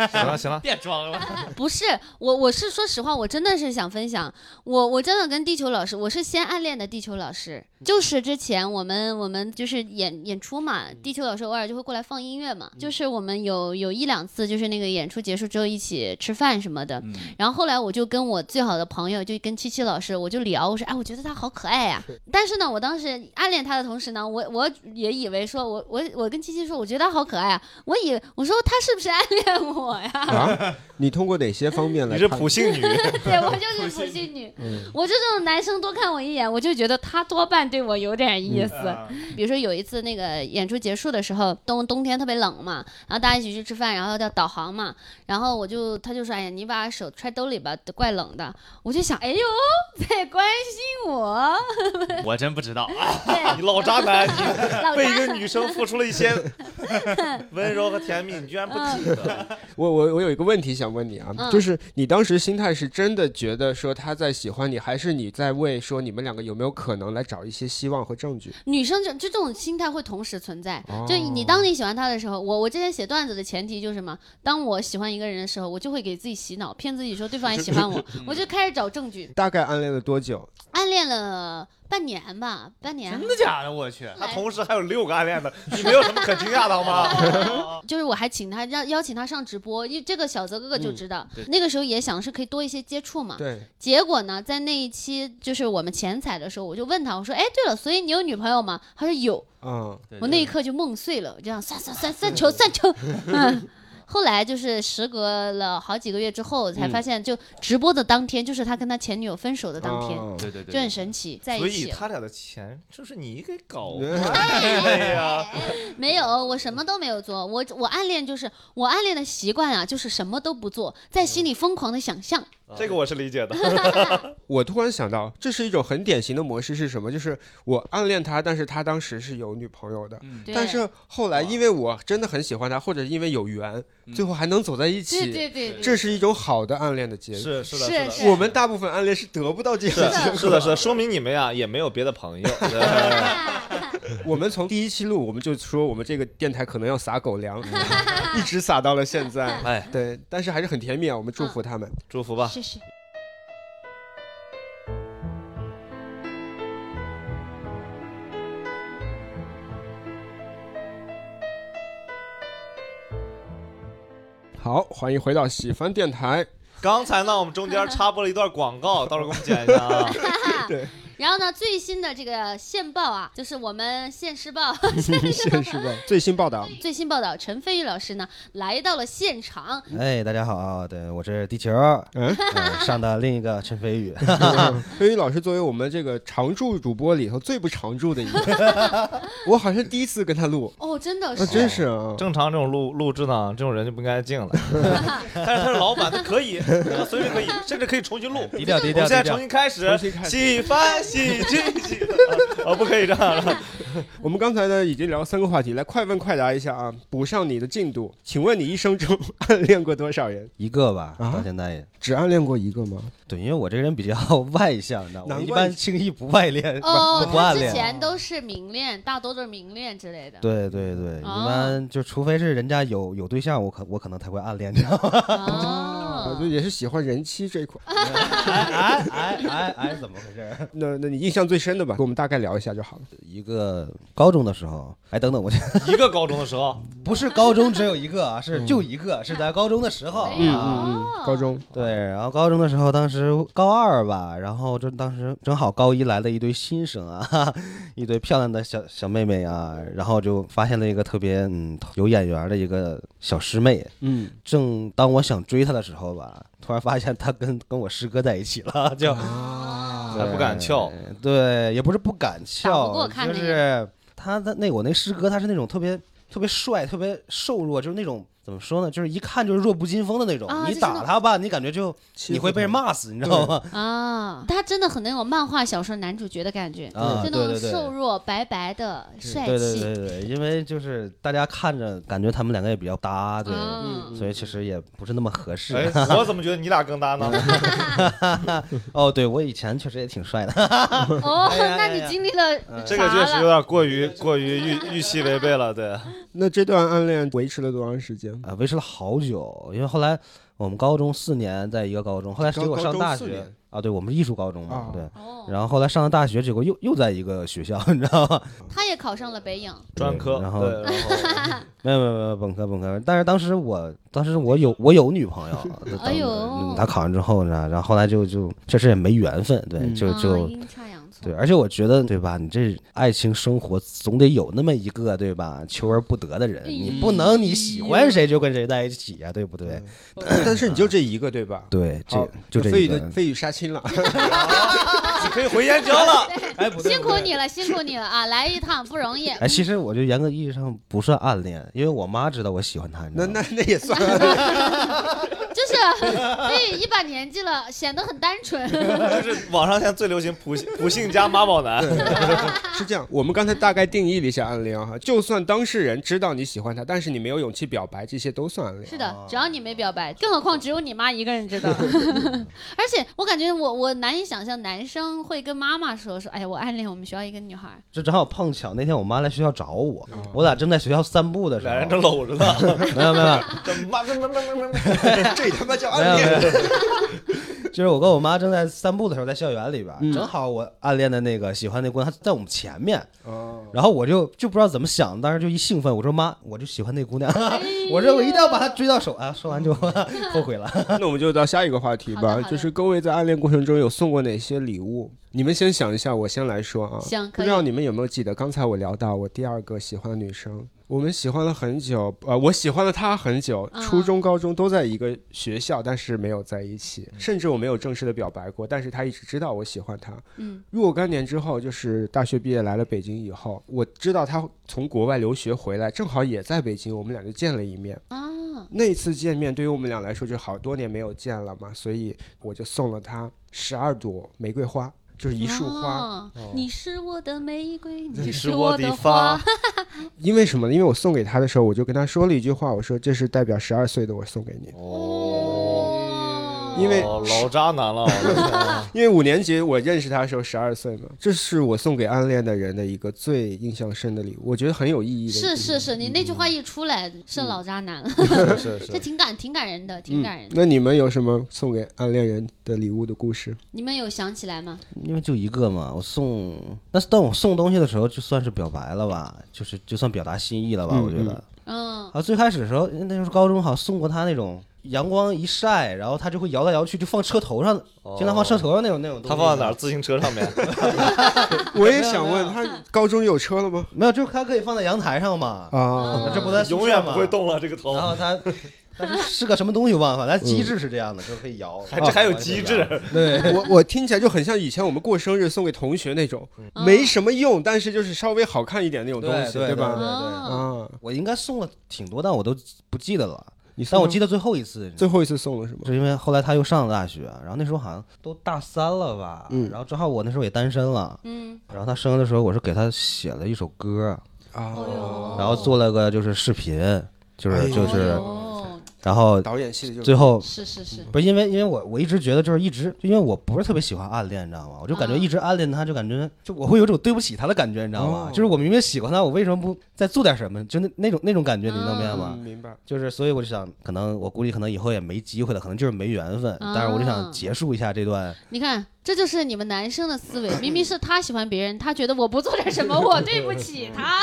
行了行了，
别装了。
不是我，我是说实话，我真的是想分享，我我真的跟地球老师，我是先暗恋的地球老师，就是之前我们我们就是演演出嘛，地球老师偶尔就会过来放音乐嘛，就是我们有有一两次就是那个演出结束之后一起吃饭什么的，
嗯
然后后来我就跟我最好的朋友，就跟七七老师，我就聊，我说哎，我觉得他好可爱呀、 但是呢，我当时暗恋他的同时呢，我我也以为说我我我跟七七说，我觉得他好可爱啊，我以我说他是不是暗恋我呀？
啊，你通过哪些方面来
你
判？
是普信 女，
对我就是普信女，我就这种男生多看我一眼，我就觉得他多半对我有点意思。
啊
比如说有一次那个演出结束的时候，冬冬天特别冷嘛，然后大家一起去吃饭，然后要导航嘛，然后我就他就说，哎呀，你把手揣兜里吧，怪冷的。我就想，哎呦，在关心 我，
我真不知道，
你老渣男，
老
你为一个女生付出了一 些温柔和甜蜜，你居然不记得。
我我我有一个问题想问你啊，
嗯
就是你当时心态是真的觉得说他在喜欢你，还是你在为说你们两个有没有可能来找一些希望和证据？
女生就就这种心态会同时存在。
哦
就你当你喜欢他的时候，我我之前写段子的前提就是什么？当我喜欢一个人的时候，我就会给自己洗脑，骗自己说对方也喜欢我，我就开始找证据。
大概暗恋了多久？
暗恋了半年吧，半年
真。的假的？我去，
他
哎
同时还有六个暗恋的，你没有什么可惊讶的好吗？
就是我还请他让邀请他上直播，因为这个小泽哥哥就知道，那个时候也想是可以多一些接触嘛。
对，
结果呢，在那一期就是我们前彩的时候，我就问他，我说：“哎，对了，所以你有女朋友吗？”他说有，
嗯，
我那一刻就梦碎了，我这样算算算算球算球， 嗯。后来就是时隔了好几个月之后，才发现就直播的当天，就是他跟他前女友分手的当天，
哦
对对对，
就很神奇， 在
所
一
以
起了
他俩的钱就是你给 搞
嗯
坏的哎呀。
没有，我什么都没有做。我我暗恋就是我暗恋的习惯啊，就是什么都不做，在心里疯狂的想象。
这个我是理解的。
我突然想到，这是一种很典型的模式是什么？就是我暗恋他，但是他当时是有女朋友的，
嗯
对
但是后来因为我真的很喜欢他，或者因为有缘，最后还能走在一起，
对对对对，
这是一种好的暗恋的结果。
是是的，
是
的。
是
我们大部分暗恋是得不到这样
是
的
的，是的，是的，说明你们呀也没有别的朋友。对
啊
我们从第一期录，我们就说我们这个电台可能要撒狗 粮，一直撒到了现在。
哎，
对，但是还是很甜蜜啊，我们祝
嗯
福他们。
祝福吧。
是是。
好，欢迎回到喜番电台。
刚才呢，我们中间插播了一段广告，到时候给我们剪一下啊。
然后呢，最新的这个线报啊，就是我们《现世报》
现实吧，最新报 道，
最新报道，陈飞宇老师呢来到了现场，
哎，大家好啊！对我是地球，嗯、上的另一个陈飞宇，
飞宇老师作为我们这个常驻主播里头最不常驻的一个， 我好像第一次跟他录，
哦，真的
那
是，
真是啊。
正常这种录录制呢，这种人就不应该进来。但是他是老板，他可以，他随时可以，甚至可以重新录。
低调低
我
调
们现在
低
重
调。
新开始，
重新开始
喜欢戏剧系的啊，啊不可以这样了。
我们刚才呢已经聊三个话题，来快问快答一下啊，补上你的进度。请问你一生中暗恋过多少人？
一个吧，
啊
到现在也
只暗恋过一个吗？
对，因为我这个人比较 外向，你知道吗？
难
我一
怪
般轻易不外恋，
哦，
不不
他
暗
之
恋。啊
前都是明恋，大多都是明恋之类的。
对对对，一
哦
般就除非是人家有有对象，我可我可能才会暗恋，你知道吗？
啊，
哦
就，也是喜欢人妻这一块。
哎 哎哎哎哎，怎么回事？
那那你印象最深的吧，给我们大概聊一下就好了。
一个高中的时候，哎，等等，我
一个高中的时候，
不是高中只有一个啊，是就一个，是咱高中的时候
哎
嗯
呀
啊。
嗯嗯，高中
对，然后高中的时候，当时高二吧，然后就当时正好高一来了一堆新生啊， 哈哈一堆漂亮的小小妹妹啊，然后就发现了一个特别嗯有眼缘的一个小师妹。
嗯，
正当我想追她的时候吧，突然发现她跟跟我师哥在一起了， 就
还不敢翘，
对，也不是不敢
嗯打
翘，
不过看
就
那个
是他的那我那师哥，他是那种特别特别帅、特别瘦弱，就是那种怎么说呢，就是一看就是弱不禁风的那种。
啊就
你
是那
打
种
他吧，你感觉就你会被人骂死，你知道吗？
啊，他真的很那种漫画小说男主角的感觉，
啊
就那
对
种
对对
瘦弱白白的帅
对对
气。
对对，因为就是大家看着感觉他们两个也比较搭，对，
嗯
所以其实也不是那么合适。
哎，我怎么觉得你俩更搭呢？
哦，对我以前确实也挺帅的，
哦，
哎呀
那
哎呀
你经历了
这个
啥
确实有
了？
点过于过于预预期违背了，对。
那这段暗恋维持了多长时 间？
啊，维持了好久，因为后来我们高中四年在一个高中，后来结
高
果
高
上
中
大
四
学
年
啊，对我们是艺术高中嘛，
啊
对。
哦，
然后后来上了大学，结果又又在一个学校，你 知道吗？
他也考上了北影。
专科，
然后
对，然后
没有没有没有本科本科，但是当时我当时我有我有女朋 友，就当
哎呦
嗯她考上之后呢，然后后来就就确实也没缘分，对，
嗯
就
啊
就
阴差阳错。
对，而且我觉得对吧，你这爱情生活总得有那么一个对吧，求而不得的人，你不能你喜欢谁就跟谁在一起呀、对不对？
但是你就这一个对吧？
对，
好
这就这
飞
一
宇
个
的飞宇杀青了，
你可以回燕郊了。
哎，不对
辛苦你了，辛苦你了啊！来一趟不容易。
哎，其实我就严格意义上不算暗恋，因为我妈知道我喜欢她，你知
那
道吗
那那也算 了。
就是 所以一把年纪了，显得很单纯。
就是网上现在最流行普信普信加妈宝男，
是这样，我们刚才大概定义了一下暗恋哈，就算当事人知道你喜欢他，但是你没有勇气表白，这些都算啊暗恋。
是的，只要你没表白，更何况只有你妈一个人知道。 而且我感觉我我难以想象男生会跟妈妈说说，哎呀，我暗恋我们学校一个女孩儿。
这正好碰巧那天我妈来学校找我，我俩正在学校散步的时候，
俩人正搂着呢，
没有没有没有
这妈妈妈妈妈妈，
这他妈叫
没有没有，就是我跟我妈正在散步的时候，在校园里边，正好我暗恋的那个喜欢那姑娘，她在我们前面，
哦
然后我就就不知道怎么想，当时就一兴奋，我说妈，我就喜欢那姑娘， 我说我一定要把她追到手啊！说完就 后悔了。
那我们就到下一个话题
好的
吧
好，的
就是各位在暗恋过程中有送过哪些礼物？你们先想一下，我先来说啊。
行，
不
可
知道
以。
你们有没有记得，刚才我聊到我第二个喜欢的女生，我们喜欢了很久，呃，我喜欢了她很久，
嗯
初中、高中都在一个学校，但是没有在一起，甚至我没有正式的表白过，但是她一直知道我喜欢她。
嗯，
若干年之后，就是大学毕业来了北京以后，我知道她从国外留学回来，正好也在北京，我们俩就见了一面。
啊，
那一次见面对于我们俩来说，就好多年没有见了嘛，所以我就送了她十二朵玫瑰花，就是一束花。
哦你是我的玫瑰，
你
是
是我
的
的花，，
因为什么呢？因为我送给他的时候，我就跟他说了一句话，我说这是代表十二岁的我送给你，
哦
因为
哦老渣男了，我的天啊
啊
因为五年级我认识他的时候十二岁嘛，这是我送给暗恋的人的一个最印象深的礼物，我觉得很有意义的。
是是是，你那句话一出来，是老渣男了，
是是
这
是，
挺感挺感人的，挺
嗯
感人，的。
那你们有什么送给暗恋人的礼物的故 事？
你们有想起来吗？
因为就一个嘛，我送那但我送东西的时候就算是表白了吧，就是就算表达心意了吧，
嗯
我觉得。
嗯，
啊，最开始的时候那时候高中好像送过他那种阳光一晒，然后他就会摇来摇去，就放车头上，经哦常放车头上那种那种东 西。
他放在哪儿？？自行车上面，
我也想问他，高中有车了吗？
没有，就是他可以放在阳台上嘛。
啊，
这不在宿舍
永远不
嘛
会。动了这个
然
头。
后 他。但是是个什么东西忘了，但机制是嗯这样的，就是可以摇。啊
还这还有机 制，
对，
我我听起来就很像以前我们过生日送给同学那种，没什么用，但是就是稍微好看一点那种东西，
嗯对对
吧？
对
哦
啊，
我应该送了挺多，但我都不记得了。
你送
但我
吗
记得最后一次，
最后一次送了是吗？
是因为后来他又上了大学，然后那时候好像都大三了吧，
嗯
然后正好我那时候也单身了，
嗯，
然后他生日的时候我是给他写了一首歌，哦
啊，
然后做了个就是视频，就是、
哎呦
就是，
哦，
然后
导演系的就是
最后
是是是，
不是因为因为我我一直觉得就是一直就因为我不是特别喜欢暗恋，你知道吗？我就感觉
啊
一直暗恋他，就感觉就我会有种对不起他的感觉，你知道
哦
吗？就是我明明喜欢他，我为什么不再做点什么？就那那种那种感觉，你能明白吗？
嗯明 白。
就是，所以我就想，可能我估计可能以后也没机会了，可能就是没缘分。
啊
但是我就想结束一下这段，
你看，这就是你们男生的思维，明明是他喜欢别人，他觉得我不做点什么，我对不起他。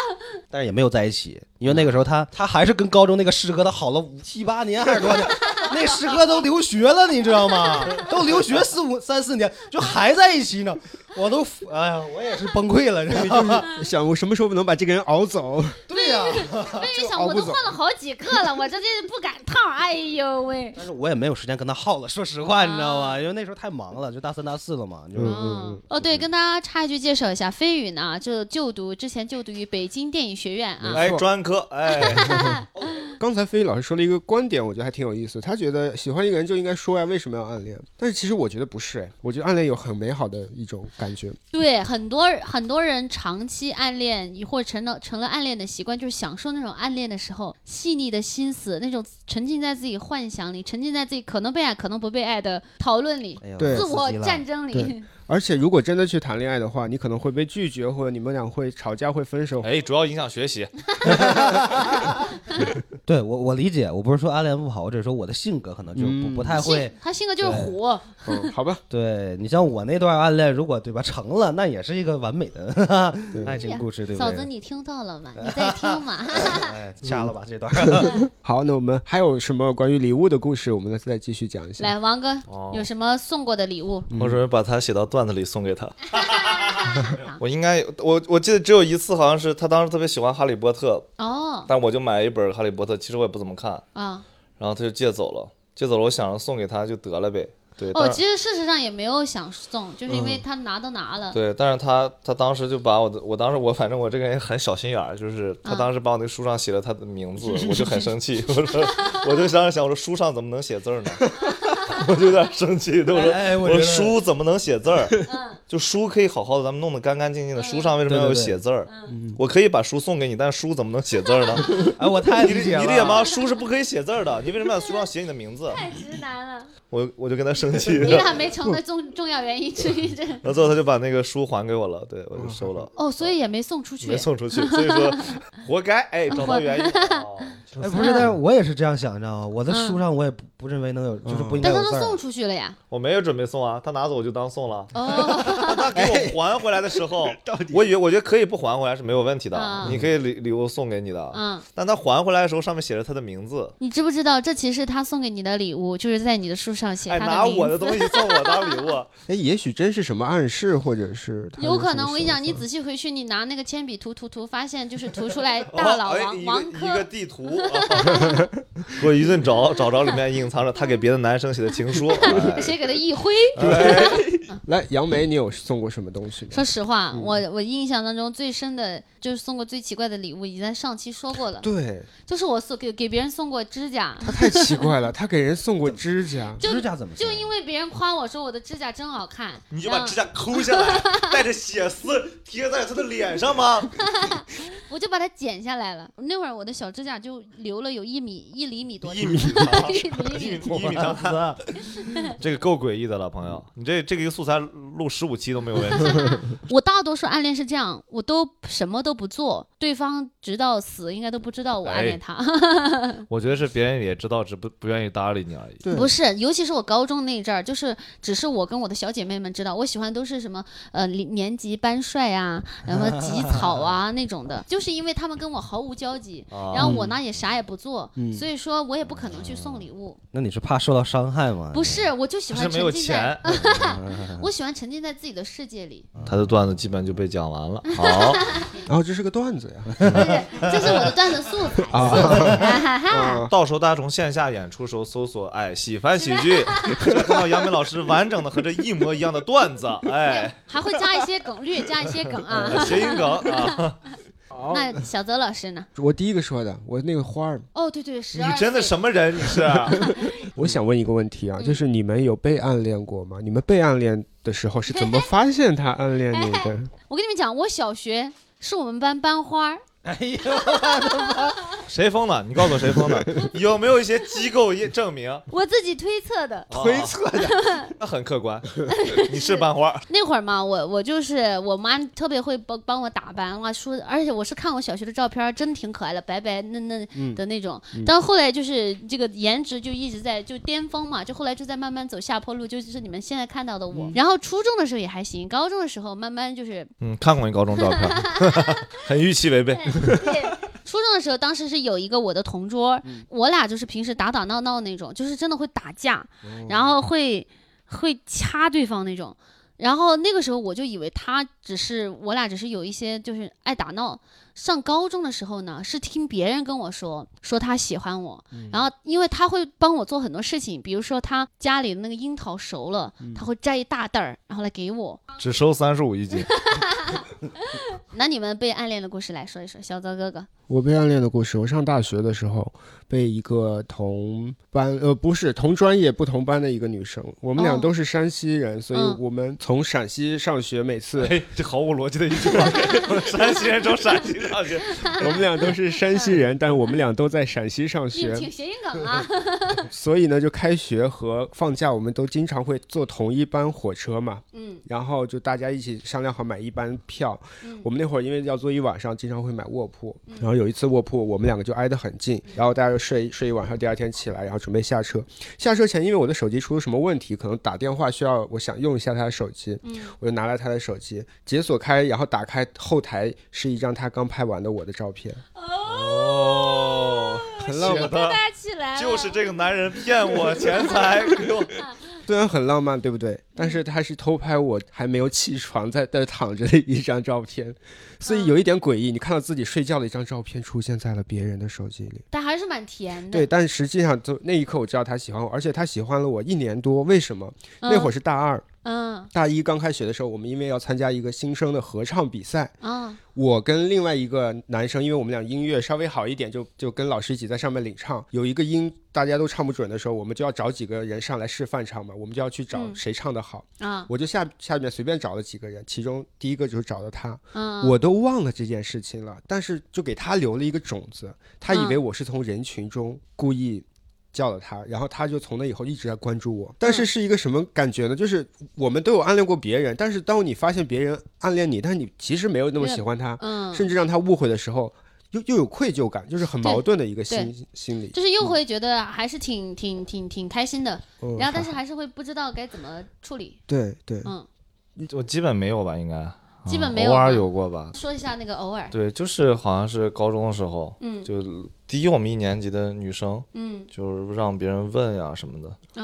但是也没有在一起，因为那个时候他他还是跟高中那个师哥，他好了五七八年还是多少年，那师哥都留学了，你知道吗？都留学四五三四年，就还在一起呢，我都服哎呀，我也是崩溃了，你知道吗？
想我什么时候能把这个人 熬走？
对呀、
我也想，
熬
我
不
都
走
换了好几个了，我这这不赶趟儿，哎呦喂！
但是我也没有时间跟他耗了，说实话，你知道吗？因为那时候太忙了，就大三大四了嘛，就
嗯
嗯，哦，对，跟大家插一句，介绍一下，飞宇呢，就就读之前就读于北京电影学院啊，
哎，专科，哎，
刚才飞宇老师说了一个观点，我觉得还挺有意思。他觉得喜欢一个人就应该说呀，哎为什么要暗恋？但是其实我觉得不是哎，我觉得暗恋有很美好的一种感觉。
对，很多很多人长期暗恋，或者成了成了暗恋的习惯，就是享受那种暗恋的时候 细腻的心思，那种沉浸在自己幻想里，沉浸在自己可能被爱可能不被爱的讨论里，
哎呦
对
自我
刺激了
战争里
对。而且如果真的去谈恋爱的话，你可能会被拒绝，或者你们俩会吵架，会分手。
哎，主要影响学习。
对我我理解，我不是说暗恋不好，我只是说我的性格可能就不、
嗯
不太会
性。他性格就是
对
虎，
嗯，好吧，
对你像我那段暗恋，如果对吧成了，那也是一个完美的哈哈
对
爱情故事，对不
嫂子
对？
你听到了 吗？你在听吗？
哎，掐了吧这段。
好，那我们还有什么关于礼物的故事？我们再继续讲一下。
来，王哥
哦
有什么送过的礼物？
嗯
我准备把它写到段子里送 给他。我应该，我我记得只有一次，好像是他当时特别喜欢《哈利波特》，
哦
但我就买了一本《哈利波特》，其实我也不怎么看，
啊
然后他就借走了，借走了，我想着送给他就得了呗。对，
哦，
但
其
是、
实事实上也没有想送，就是因
嗯
为他拿都拿了，
对，但是他他当时就把我的，我当时我反正我这个人很小心眼儿，就是他
嗯
当时把我那个书上写了他的名字，我就很 生气，我说我就当时想，我说书上怎么能写字儿呢？ 我就有点生气，对我说，
哎，
我说
觉得
书怎么能写字儿？
嗯
就书可以好好的，咱们弄得干干净净的，书上为什么要有写字儿？
嗯
我可以把书送给你，但是书怎么能写字儿呢？
嗯 哎，我太
你
理
理
解了。
你理解吗？书是不可以写字儿的，你为什么要在书上写你的名字？
太直男了，
我我就跟他生气，
你俩没成的重重要原因之一， 这
然后最后他就把那个书还给我了，对我就收了，
哦，所以也没送出去
没。送出去， 所 以说活该，哎，找到原因了。哦
哎，不是，但是我也是这样想，你知道吗？我的书上我也不不认为能有，就是不应该
嗯但他都
有字儿。
送出去了 呀！
我没有准备送啊，他拿走我就当送了。
哦，
当他给我还回来的时候，我以为我觉得可以不还回来是没有问题的
嗯，
你可以礼礼物送给你的。
嗯，
但他还回来的时候，上面写着他的名字，
你知不知道这其实是他送给你的礼物，就是在你的书上写
哎，
他
拿
名
我的
字。
东西送我当 礼物，
哎，也许真是什么暗示，或者是他
有可
什么
能，我跟你
手
讲，你
法
仔细回去，你拿那个铅笔涂涂涂，发现就是涂 出来大佬
哎
王
一
王
个一个
珂。
地图，哦 我一顿找，找着里面隐藏着他给别的男生写的 情书。哎
谁给他一挥？
呃
来，杨梅，你有送过什么东西吗？
说实话，
嗯
我我印象当中最深的就是送过最奇怪的礼物，已经在上期说过了，
对
就是我送给给别人送过指甲，
他太奇怪 了，他给人送过指甲，
就
指甲怎么
就
送啊
因为别人夸我说我的指甲真好看，
你就
然
把
后
指甲抠下来，
嗯
带着血丝贴在他的脸上吗？
我就把它剪下来了。那会儿我的小指甲就留了有一米一厘米 多长，
一米长
一厘米。
一米长， 这个够诡异的了，朋友，你这这个一个素材录十五期都没有问题。
我大多数暗恋是这样，我都什么都不做，对方直到死应该都不知道我暗恋他。
我觉得是别人也知道，只不不愿意搭理你而已。
对，
不是，尤其是我高中那一阵儿，就是只是我跟我的小姐妹们知道，我喜欢都是什么呃里年级班帅啊，然后集草 啊那种的，就是因为他们跟我毫无交集，
啊
然后我呢也啥也不做，
哦嗯
所以说我也不可能去送礼物。
那你是怕受到伤害
嗯
吗？
不是，我就喜
不
欢
是没
沉
有
浸在嗯
钱，，
我喜欢沉浸在自己的世界里，
他的段子基本就被讲完了。好，
然后这是个段子呀，
对对，这是我的段子素 材，素材，哈哈。
到时候大家从线下演出时候搜索“哎喜欢喜剧”，就看到杨梅老师完整的和这一模一 样的段子，哎，
还会加一些梗，略加一些梗啊。
谐音梗啊。
好
那小泽老师呢？
我第一个说的，我那个花儿，
哦，对对，十
你
二
真的什么人？你是啊
嗯
我想问一个问题啊，就是你们有被暗恋过吗？你们被暗恋的时候是怎么发现他暗恋 你的？
我跟你们讲，我小学是我们班班花儿，
哎呦，
谁封的？你告诉我谁 封的？有没有一些机构也证明？
我自己推测的。
推测的， 那很客观。你是班花，
那会儿嘛，我我就是我妈特别会帮帮我打扮，哇，说，而且我是看我小学的照片儿，真挺可爱的，白白嫩嫩的那种。但后来就是这个颜值就一直在就巅峰嘛，就后来就在慢慢走下坡路，就是你们现在看到的我。然后初中的时候也还行，高中的时候慢慢就是
嗯，看过你高中照 片，很预期违背。
对，初中的时候，当时是有一个我的同桌，我俩就是平时打打闹闹那种，就是真的会打架，然后会会掐对方那种。然后那个时候我就以为他只是我俩只是有一些就是爱打闹。上高中的时候呢，是听别人跟我说说他喜欢我，然后因为他会帮我做很多事情，比如说他家里的那个樱桃熟了，他会摘一大袋儿然后来给我。
只收三十五一斤，
拿你们被暗恋的故事来说一说，小泽哥哥，
我被暗恋的故事，我上大学的时候被一个同班呃不是同专业不同班的一个女生，我们俩
哦
都是山西人，所以
嗯
我们从陕西上学，每次
哎，这毫无逻辑的一句话。山西人从陕西上 去，
我们俩都是山西人，但我们俩都在陕西上
你
学，
挺谐音梗啊。
所以呢就开学和放假我们都经常会坐同一班火车嘛，
嗯，
然后就大家一起商量好买一班票。
嗯
我们那会儿因为要坐一晚上，经常会买卧铺。然后有一次卧铺，我们两个就挨得很近，
嗯
然后大家就睡睡一晚上，第二天起来，然后准备下车。下车前，因为我的手机出了什么问题，可能打电话需要，我想用一下他的手机，
嗯
我就拿来他的手机，解锁开，然后打开后台是一张他刚拍完的我的照片，
哦，
很浪漫。
的
搭起来了
就是这个男人骗我钱财，给我
虽然很浪漫，对不对？但是他是偷拍我还没有起床在在躺着的一张照片，所以有一点诡异。你看到自己睡觉的一张照片出现在了别人的手机里，
但还是蛮甜的。
对。但实际上，就那一刻我知道他喜欢我，而且他喜欢了我一年多。为什么？
嗯，
那会儿是大二，
嗯
大一刚开学的时候，我们因为要参加一个新生的合唱比赛，
啊
我跟另外一个男生，因为我们俩音乐稍微好一点，就就跟老师一起在上面领唱。有一个音大家都唱不准的时候，我们就要找几个人上来示范唱嘛，我们就要去找
嗯
谁唱的好。
啊
我就下下面随便找了几个人，其中第一个就是找到他，
啊！
嗯
我都忘了这件事情了，但是就给他留了一个种子，他以
嗯
为我是从人群中故意。叫了他，然后他就从那以后一直在关注我。但是是一个什么感觉呢？就是我们都有暗恋过别人，但是当你发现别人暗恋你，但是你其实没有那么
对
喜欢他，
嗯，
甚至让他误会的时候，又又有愧疚感，就是很矛盾的一个心心理。
就是又会觉得还是挺挺挺挺开心的，
嗯
然后但是还是会不知道该怎么处理。
对对，
嗯，
我基本没有吧，应该
基本
嗯
没有
偶尔
吧
有过吧。
说一下那个偶尔，
对，就是好像是高中的时候，
嗯
就第一我们一年级的女生，
嗯
就是让别人问呀什么的啊、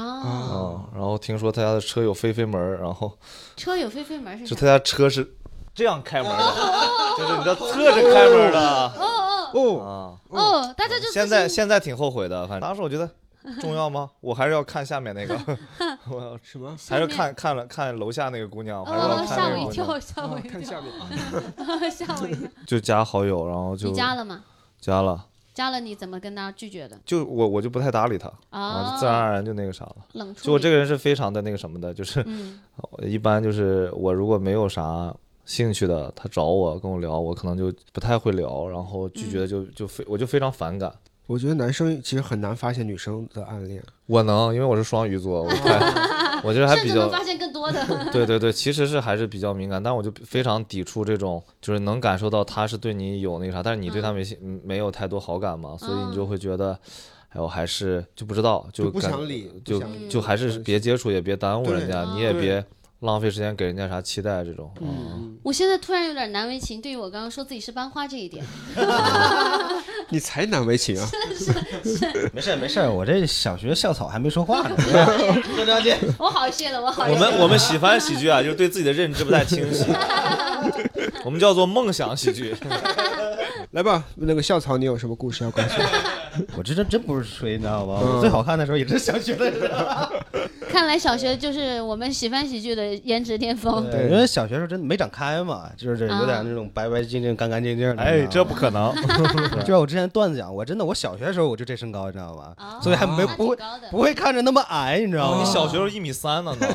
哦，
然后听说他家的车有飞飞门儿，然后
车有飞飞门是
就
啥？
他家车是这样开门的，就是你知道侧着开门的
哦，
啊。
哦，大家就
现在现在挺后悔的，反正当时我觉得重要吗？我还是要看下面那 个，我要
什么？
还是看看了看楼下那个姑娘，我还是
哦
要看
吓
那
我
个
一
姑娘。
跳，吓我一
哦看
跳，
下面，
吓我一跳。
就加好友，然后就
你加了吗？
加了，
加了你怎么跟他拒绝的？
就我我就不太搭理他，然后
啊，
就自然而然就那个啥了。
冷处
就我这
个，
个人是非常的那个什么的，就是
嗯
一般就是我如果没有啥兴趣的，他找我跟我聊，我可能就不太会聊，然后拒
嗯
绝就就非我就非常反感。
我觉得男生其实很难发现女生的 暗恋。
我能，因为我是双鱼座，我太我觉得还
甚
比
至
较
能发现更多的。
对对对，其实是还是比较敏感，但我就非常抵触这种，就是能感受到他是对你有那个啥，但是你对他没嗯兴、嗯没有太多好感嘛，所以你就会觉得，哎，我还是就不知道，就
就不
感
想理
就
不想
就还是
嗯
别接触，也别耽误
对
人家，
嗯
你也
对
别浪费时间给人家啥期待这种。嗯，
我现在突然有点难为情，对于我刚刚说自己是班花这一点，
你才难为情啊！
没事儿没事儿，我这小学校草还没说 话呢，多了解。
我好些了，我好
嗯我
些
们
了
我们喜欢喜剧啊，就是对自己的认知不太清 晰，我们叫做梦想喜 剧。
来吧，那个校草，你有什么故事要告诉我？
我这真真不是吹，你知道吗？我最好看的时候也是小学的时候，
看来小学就是我们喜欢喜剧的颜值巅峰。
对，因为小学时候真的没长开嘛，就是有
嗯
点那种白白净净、干干净净的。
哎，
你知
这
道吗
不可能，
就像我之前段子讲，我真的我小学的时候我就这身高，你知道吗？所以还没
哦那
不会
挺 高的
不会看着那么矮，你知道吗？
哦你小学时候一米三 呢，都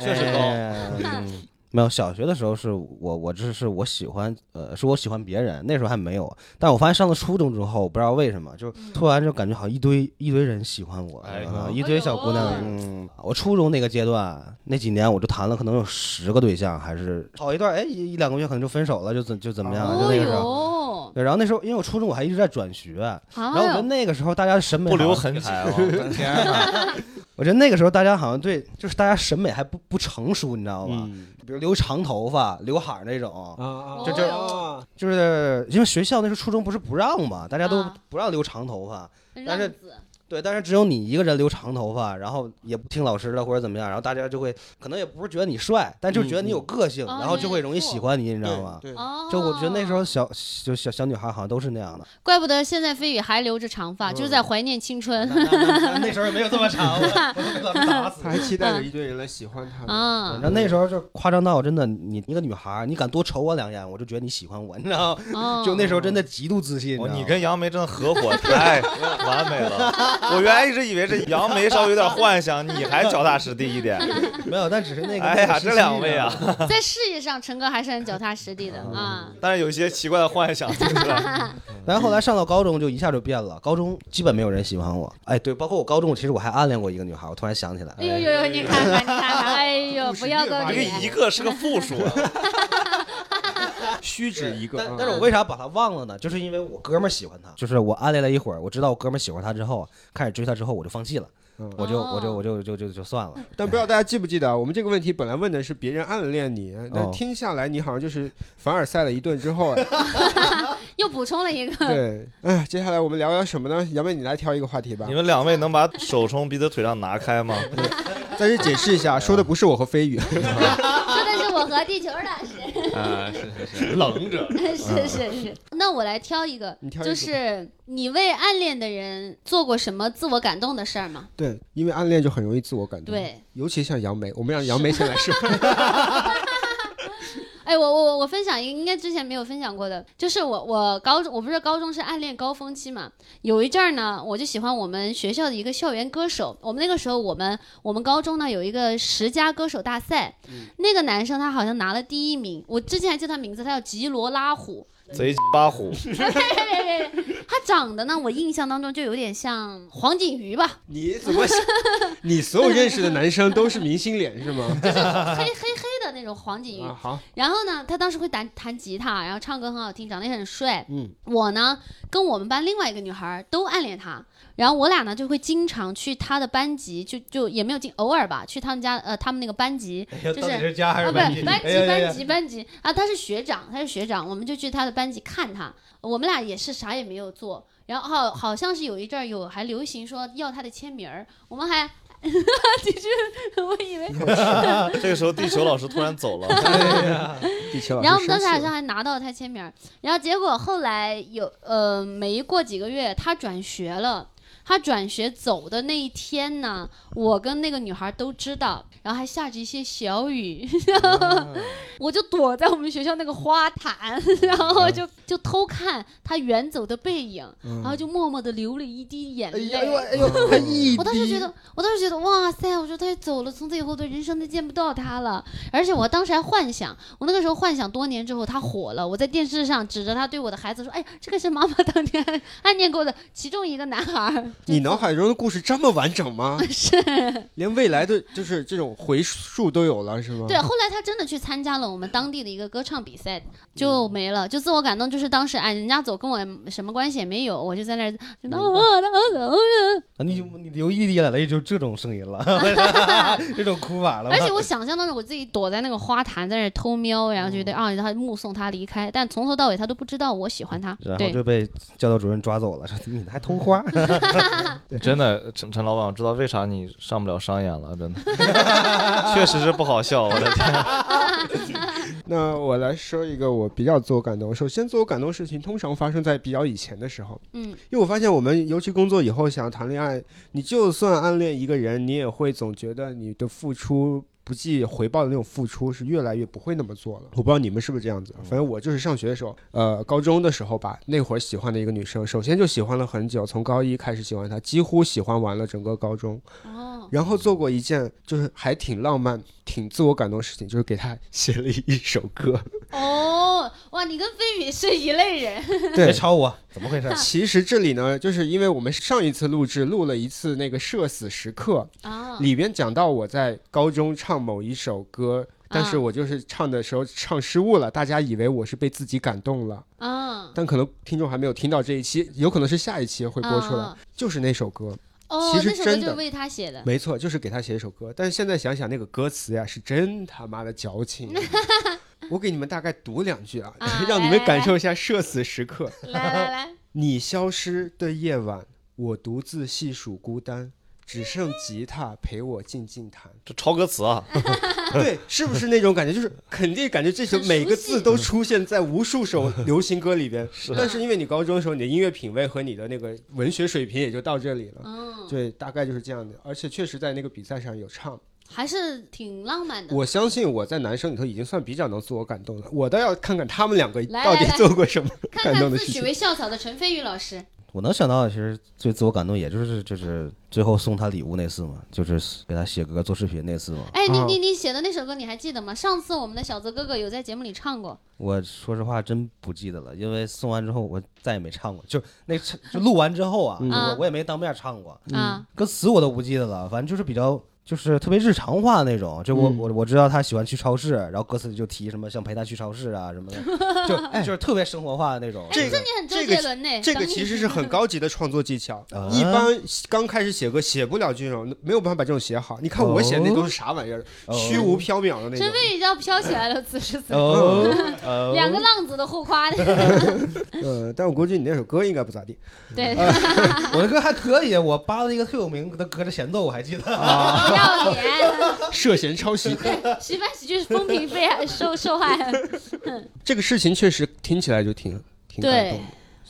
确实高。
哎嗯没有，小学的时候是我，我这是我喜欢，呃，是我喜欢别人，那时候还没有。但我发现上了初中之后，我不知道为什么，就突然就感觉好像一堆一堆人喜欢我，
嗯哎
啊一堆小姑娘。嗯，我初中那个阶段，那几年我就谈了可能有十个对象，还是好一段，哎，一一两个月可能就分手了，就怎就怎么样了，啊就
哦
那个时候。
哟，
对，然后那时候因为我初中我还一直在转学，然后我觉得
啊，
那个时候大家审
哦
美
不留
好像
痕迹，我天哪！
我觉得那个时候大家好像对，就是大家审美还不不成熟，你知道吧？比如留长头发、刘海儿那种，
嗯啊
这
哦
这
就是因为学校那时候初中不是不让嘛，大家都
啊
不让留长头发。但是
浪子
对，但是只有你一个人留长头发，然后也不听老师的或者怎么样，然后大家就会可能也不是觉得你帅，但就觉得你有个性，
嗯
然后就会容易喜欢你，你知道吗？
对，
哦，
就我觉得那时候小就小小女孩好像都是那样的，
怪不得现在飞宇还留着长
嗯
发，就是在怀念青春
那时候也没有这么长，我我被老师打死
他还期待着一堆人来喜欢他呢。嗯
反
啊。
正那时候就夸张到真的，你一个女孩儿，你敢多瞅我两眼，我就觉得你喜欢我，你知道吗？
哦
就那时候真的极度自信。
我
知
哦
道吗
你跟杨梅真的合伙太完美了。我原来一直以为这杨梅稍微有点幻想，你还脚踏实地一点。
没有，但只是那个。
哎呀，这两位啊，，
在事业上，陈哥还是很脚踏实地的
嗯
啊。
但是有一些奇怪的幻想，听起来
但后来上到高中就一下就变了，高中基本没有人喜欢我。哎，对，包括我高中，其实我还暗恋过一个女孩，我突然想起来。
哎呦呦呦，你看看，你看看，哎呦，不要个
这个一
脸，
个是个复数啊。
虚指一个，
但
嗯
啊
但是我为啥把她忘了呢？就是因为我哥们儿喜欢她，就是我暗恋了一会儿，我知道我哥们儿喜欢她之后，开始追她之后，我就放弃了，
嗯
我就
哦
我就我就就就就算了。
但不知道大家记不记得啊，我们这个问题本来问的是别人暗恋你，
哦
但听下来你好像就是凡尔赛了一顿之后，哎
又补充了一个。
对，哎，接下来我们聊聊什么呢？杨妹，你来挑一个话题吧
你。们两位能把手从彼此腿上拿开吗？
但是解释 一下，说的不是我和飞宇，
说的是我和地球老师。
哎
啊，是是是，冷者
嗯
是是是，那我来挑一个，
你挑一个
就
吧
是你为暗恋的人做过什么自我感动的事儿吗？
对，因为暗恋就很容易自我
嗯
感 动，
对，
尤其像杨梅，我们让杨梅先来 说，
哎，我我我分享一个，应该之前没有分享过的，就是我我高中，我不是高中是暗恋高峰期嘛，有一阵儿呢，我就喜欢我们学校的一个校园歌手，我们那个时候我们我们高中呢有一个十佳歌手大赛，那个男生他好像拿了第一名，我之前还记得他名字，他叫吉罗拉虎，
贼巴虎，
他长得呢，我印象当中就有点像黄景瑜吧，
你怎么想，你所有认识的男生都是明星脸是吗？
黑黑黑的那种黄景瑜
啊，，好，
然后呢，他当时会弹弹吉他，然后唱歌很好听，长得也很帅。
嗯，
我呢跟我们班另外一个女孩儿都暗恋他，然后我俩呢就会经常去他的班级，就就也没有经偶尔吧，去他们家呃他们那个班级，就是
家还
啊不是班级班级班级啊，他是学长，他是学长，我们就去他的班级看他，我们俩也是啥也没有做。然后好好像是有一阵儿有还流行说要他的签名儿，我们还， 就是我以为
这个时候地球老师突然走了，
地球老师
然后我们当
生
时
气
好
了
像还拿到了他签名儿，然后结果后来有呃没过几个月，他转学了。他转学走的那一天呢，我跟那个女孩都知道，然后还下着一些小雨，
啊
我就躲在我们学校那个花坛， 然后
嗯
就就偷看他远走的背影，然后就默默的流了一滴眼
嗯哎
泪。
呀哎呦哎呦，他一
我当时觉
滴
得，我当时觉得，哇塞！我说他走了，从此以后我的人生都见不到他了。而且我当时还幻想，我那个时候幻想多年之后他火了，我在电视上指着他对我的孩子说：“哎，这个是妈妈当年 暗恋过的其中一个男孩儿。
你脑海中的故事这么完整吗？
是
连未来的就是这种回溯都有了是吗？
对，后来他真的去参加了我们当地的一个歌唱比赛，就
嗯
没了，就自我感动，就是当时哎，人家走跟我什么关系也没有，我就在那儿，就那
啊你就你流一滴眼泪就这种声音 了，这种哭法了。
而且我想象当中，我自己躲在那个花坛，在那儿偷瞄，然后
嗯
觉得啊，他目送他离开，但从头到尾他都不知道我喜欢他。
然后
对，
就被教导主任抓走了，说你还偷花，
真的，陈陈老板，我知道为啥你上不了商演了，真的，确实是不好笑，我的天。
那我来说一个我比较自我感动。首先，自我感动的事情通常发生在比较以前的时候，
嗯，
因为我发现我们尤其工作以后，想要谈恋爱，你就算暗恋一个人，你也会总觉得你的付出。不计回报的那种付出是越来越不会那么做了。我不知道你们是不是这样子，反正我就是上学的时候，呃，高中的时候吧，那会儿喜欢的一个女生，首先就喜欢了很久，从高一开始喜欢她，几乎喜欢完了整个高中。
哦，
然后做过一件就是还挺浪漫、挺自我感动的事情，就是给她写了一首 歌。
哦，哇，你跟飞宇是一类人，
别
对，
吵我，怎么回事？
其实这里呢，就是因为我们上一次录制录了一次那个社死时刻，
啊，
里边讲到我在高中唱某一首歌，但是
啊
我就是唱的时候唱失误了，大家以为我是被自己感动了，
啊，
但可能听众还没有听到这一期，有可能是下一期会播出来
啊，
就是那首歌，
哦，
其实
那首歌
真
就
的
是为他写的，
没错，就是给他写一首歌。但是现在想想那个歌词呀，是真他妈的 矫情。我给你们大概读两句啊
啊，
让你们
来
感受一下社死时刻。
来来来，
你消失的夜晚，我独自细数孤单，只剩吉他陪我静静弹。
这超歌词啊，
对，是不是那种感觉？就是肯定感觉这首
很熟
每个字都出现在无数首流行歌里 边。是但是因为你高中的时候，你的音乐品味和你的那个文学水平也就到这里了。
嗯，
对，大概就是这样的。而且确实在那个比赛上有唱。
还是挺浪漫的。
我相信我在男生里头已经算比较能自我感动了。我倒要看看他们两个
来
到底
来来
做过什么
看
感
看
动的
自诩
事情。
为校草的陈飞宇老师，
我能想到的，其实最自我感动，也就是就是最后送他礼物那次嘛，就是给他写歌做视频那次嘛。
哎，你
啊
你你写的那首歌你还记得吗？上次我们的小泽哥哥有在节目里唱过，
我说实话真不记得了，因为送完之后我再也没唱过，就那唱就录完之后啊，
嗯
我我也没当面唱过，
啊，
歌词我都不记得了，反正就是比较就是特别日常化那种。就我、
嗯
我我知道他喜欢去超市，然后歌词里就提什么想陪他去超市啊什么的，就、 就是特别生活化的那种。
这个
这很周
这个
杰伦呢，
这个
等你
其实是很高级的创作技巧
啊，
一般刚开始写歌写不了这种，没有办法把这种写好。你看我写的那都是啥玩意儿，
哦
虚无缥缈的那种
陈。飞宇要飘起来了，此时此刻，
哦，
两个浪子都后夸的，
呃，但我估计你那首歌应该不咋地。
对，
我的歌还可以，我扒了一个特有名的歌的前奏，我还记得。
不要脸。
涉嫌抄袭
徐帆喜剧是风评被害受受害，
这个事情确实听起来就挺挺感
对
动的，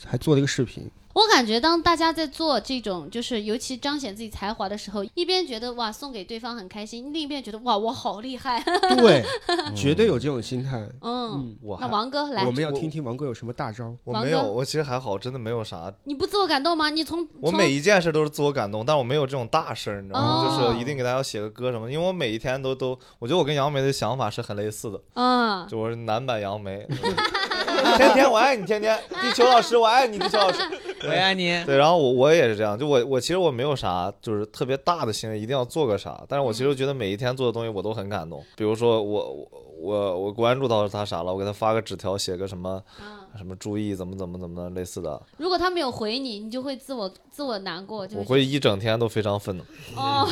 还做了一个视频。
我感觉，当大家在做这种，就是尤其彰显自己才华的时候，一边觉得哇送给对方很开心，另一边觉得哇我好厉害。
对，嗯绝对有这种心态。
嗯，
我
那
还
王哥来
我，们要听听王哥有什么大招。
我
王
没
哥
有，我其实还好，真的没有啥。
你不自我感动吗？你从
我
从
每一件事都是自我感动，但我没有这种大事儿，你知道吗？
哦
就是一定给大家写个歌什么，因为我每一天都都，我觉得我跟杨梅的想法是很类似的，
啊
就我是男版杨梅，天天我爱你，天天地球老师我爱你，地球老师，
我爱你。
对，然后我我也是这样，就我我其实我没有啥就是特别大的行为，一定要做个啥，但是我其
嗯
实觉得每一天做的东西我都很感动，比如说我我我我关注到他啥了，我给他发个纸条，写个什么
啊！
什么注意怎么怎么怎么的类似的，
如果他没有回你，你就会自我自我难过，就
我
是
会一整天都非常愤怒，
哦，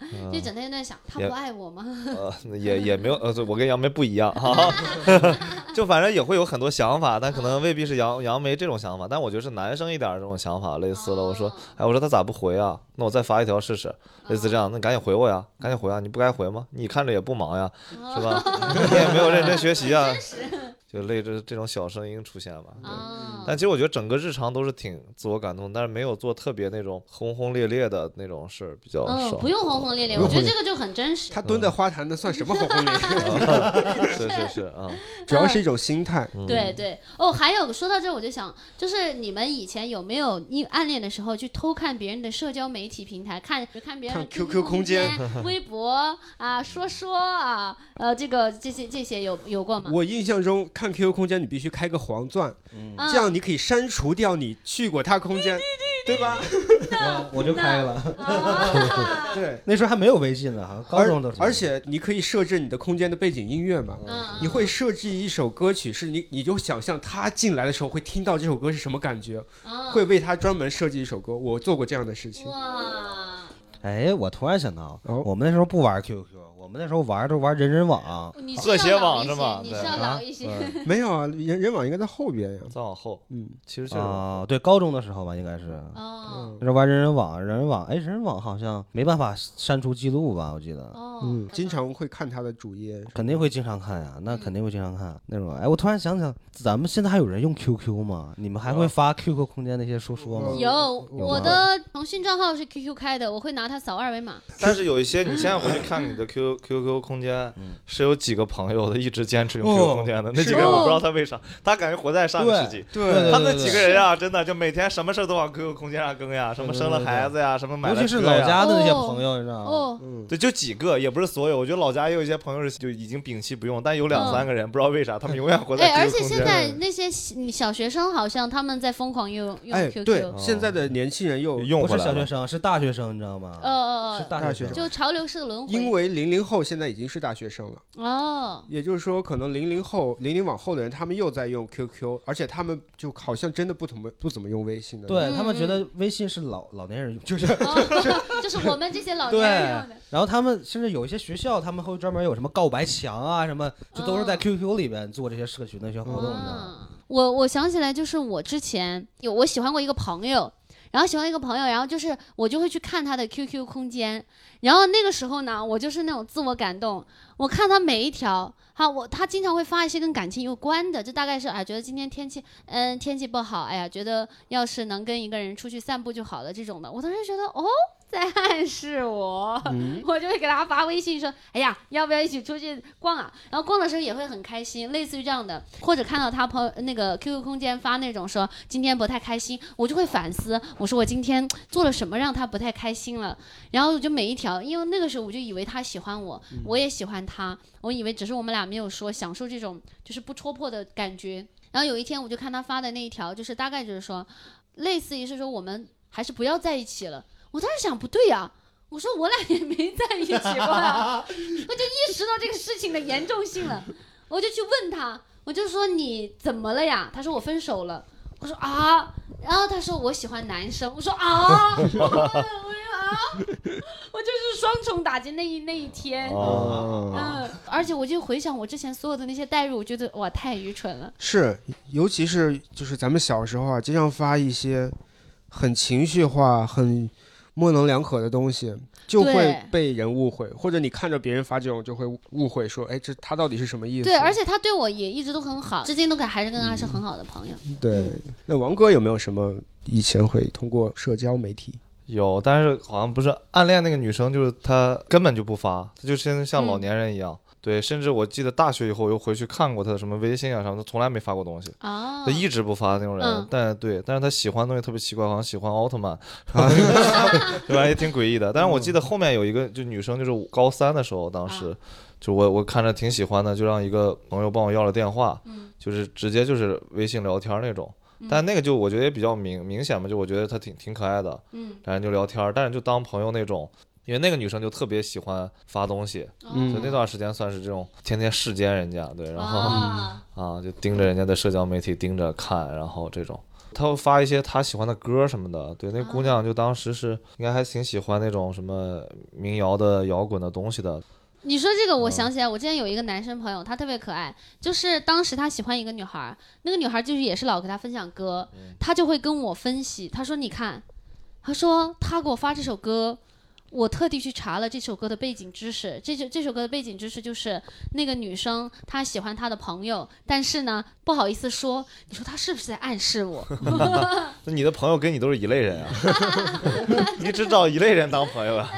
嗯
就整天在想他
也
不爱我吗？
呃，也也没有，呃，我跟杨梅不一样 哈，就反正也会有很多想法，但可能未必是杨杨梅这种想法，但我觉得是男生一点儿这种想法类似的。我说
哦，
哎，我说他咋不回啊？那我再发一条试试，类似这样，那赶紧回我呀，赶紧回啊！你不该回吗？你看着也不忙呀，是吧？
哦
你也没有认真学 习啊，就类似这种小声音出现吧。对
啊，
但其实我觉得整个日常都是挺自我感动，但是没有做特别那种轰轰烈烈的那种事儿比较
嗯，
少。
不用轰轰烈烈，我觉得这个就很真实。
他蹲在花坛那算什么红 红脸？
嗯
是是是啊，
主要是一种心态。
对对哦，还有说到这，我就想，就是你们以前有没有因暗恋的时候去偷看别人的社交媒体平台，看看别人的
看 QQ
空
空间、
微博啊、说说啊，呃，这个这些这些有有过吗？
我印象中，看 QQ 空间你必须开个黄钻，
啊
这样你可以删除掉你去过他空间，对吧？
我我就开了，
嗯
对。
那时候还没有微信呢，好像高
而
中都是。
而且你可以设置你的空间的背景音乐嘛？
嗯，
你会设置一首歌曲，是你你就想象他进来的时候会听到这首歌是什么感觉，
啊
会为他专门设计一首歌。我做过这样的事情。
哇，
哎，我突然想到，
哦
我们那时候不玩 QQ，我们那时候玩儿都玩人人网，
你
和谐网是吗
你
对
是要老一些，
没有啊，人人网应该在后边呀。
再往后，
嗯，
其实这种
啊，对，高中的时候吧，应该是
嗯
哦
那时候玩人人网，人人网，哎，人人网好像没办法删除记录吧，我记得。
哦，
嗯，经常会看他的主页。
肯定会经常看呀，那肯定会经常看那种。哎，我突然想想，咱们现在还有人用 QQ 吗？你们还
啊
会发 QQ 空间那些说说吗？
有
有
我
吗
的腾讯账号是 QQ 开的，我会拿它扫二维码。
但是有一些，你现在回去看你的 Q Q Q 空间，是有几个朋友的一直坚持用 Q Q 空间的，那几个人我不知道他为啥，他感觉活在上个世纪。
哦对对对
他们几个人呀，真的就每天什么事儿都往 QQ 空间上更呀，什么生了孩子呀，什么买
尤
了
其是
车呀
老家的那些朋友，你知道吗？
哦，
嗯
对，就几个，也不是所有。我觉得老家也有一些朋友是就已经摒弃不用，但有两
嗯
三个人不知道为啥，他们永远活在
哎，而
QQ
且
空
现
间。
在那些小小学生好像他们在疯狂用用
哎，
QQ，
对
呃，
现在的年轻人又
用
不
回来
是小学
了。
生，是大学生，你知道吗？
呃
啊是
呃，
哦大学
大学
生。
就潮流是轮回。
因为零零后现在已经是大学生了，
哦，
也就是说，可能零零后、零零往后的人，他们又在用 QQ，而且他们就好像真的不怎么不怎么用微信的。
对
嗯
他们觉得微信是老老年人用， 就是
哦 就是我们这些老
对
年人用的。。
然后他们甚至有一些学校，他们会专门有什么告白墙啊，什么就都是在
哦
QQ 里边做这些社群的一些活动的。
啊我我想起来，就是我之前有我喜欢过一个朋友，然后喜欢一个朋友，然后就是我就会去看他的 QQ 空间，然后那个时候呢，我就是那种自我感动，我看他每一条。哈，我他经常会发一些跟感情有关的，就大概是啊，觉得今天天气，嗯，天气不好，哎呀，觉得要是能跟一个人出去散步就好了这种的。我当时觉得，哦， 在暗示我， 我就会给他发微信说，哎呀，要不要一起出去逛啊？然后逛的时候也会很开心，类似于这样的，或者看到他朋友那个 QQ 空间发那种说今天不太开心，我就会反思，我说我今天做了什么让他不太开心了。然后我就每一条，因为那个时候我就以为他喜欢我，我也喜欢他，我以为只是我们俩没有说，享受这种就是不戳破的感觉。然后有一天我就看他发的那一条，就是大概就是说，类似于是说我们还是不要在一起了。我当时想不对呀、我说我俩也没在一起过、啊，我就意识到这个事情的严重性了，我就去问他，我就说你怎么了呀？他说我分手了。我说啊，然后他说我喜欢男生，我说啊，我我说啊，我就是双重打击那一那一天，
哦
嗯，而且我就回想我之前所有的那些代入，我觉得哇太愚蠢了，
是，尤其是就是咱们小时候啊，经常发一些很情绪化、很模棱两可的东西，就会
对
被人误会，或者你看着别人发这种就会误会说，哎，这他到底是什么意思？
对，而且他对我也一直都很好，至今都跟还是跟他是很好的朋友。
嗯
对。那王哥有没有什么以前会通过社交媒体？
有，但是好像不是暗恋那个女生，就是她根本就不发，她就像像老
嗯
年人一样。对，甚至我记得大学以后我又回去看过她的什么微信啊什么，她从来没发过东西。
啊
他，一直不发那种人，
嗯
但对，但是他喜欢的东西特别奇怪，好像喜欢奥特曼，
嗯
对吧？也挺诡异的。但是我记得后面有一个就女生，就是我高三的时候，当
嗯
时、就我我看着挺喜欢的，就让一个朋友帮我要了电话，
嗯
就是直接就是微信聊天那种。但那个就我觉得也比较明明显嘛，就我觉得她挺挺可爱的，
嗯，
两人就聊天，但是就当朋友那种。因为那个女生就特别喜欢发东西，
哦
嗯
所以那段时间算是这种天天世间人家，对，然后、
哦
啊，
啊，就盯着人家的社交媒体盯着看，然后这种，他会发一些他喜欢的歌什么的。对，那姑娘就当时是应该还挺喜欢那种什么民谣的、摇滚的东西的。
你说这个，我想起来，我之前有一个男生朋友，他特别可爱，就是当时他喜欢一个女孩儿，那个女孩儿就是也是老给他分享歌，他就会跟我分析，他说你看，他说他给我发这首歌。我特地去查了这首歌的背景知识，这首这首歌的背景知识就是那个女生她喜欢她的朋友，但是呢不好意思说，你说她是不是在暗示我？
那你的朋友跟你都是一类人啊， 你只找一类人当朋友啊？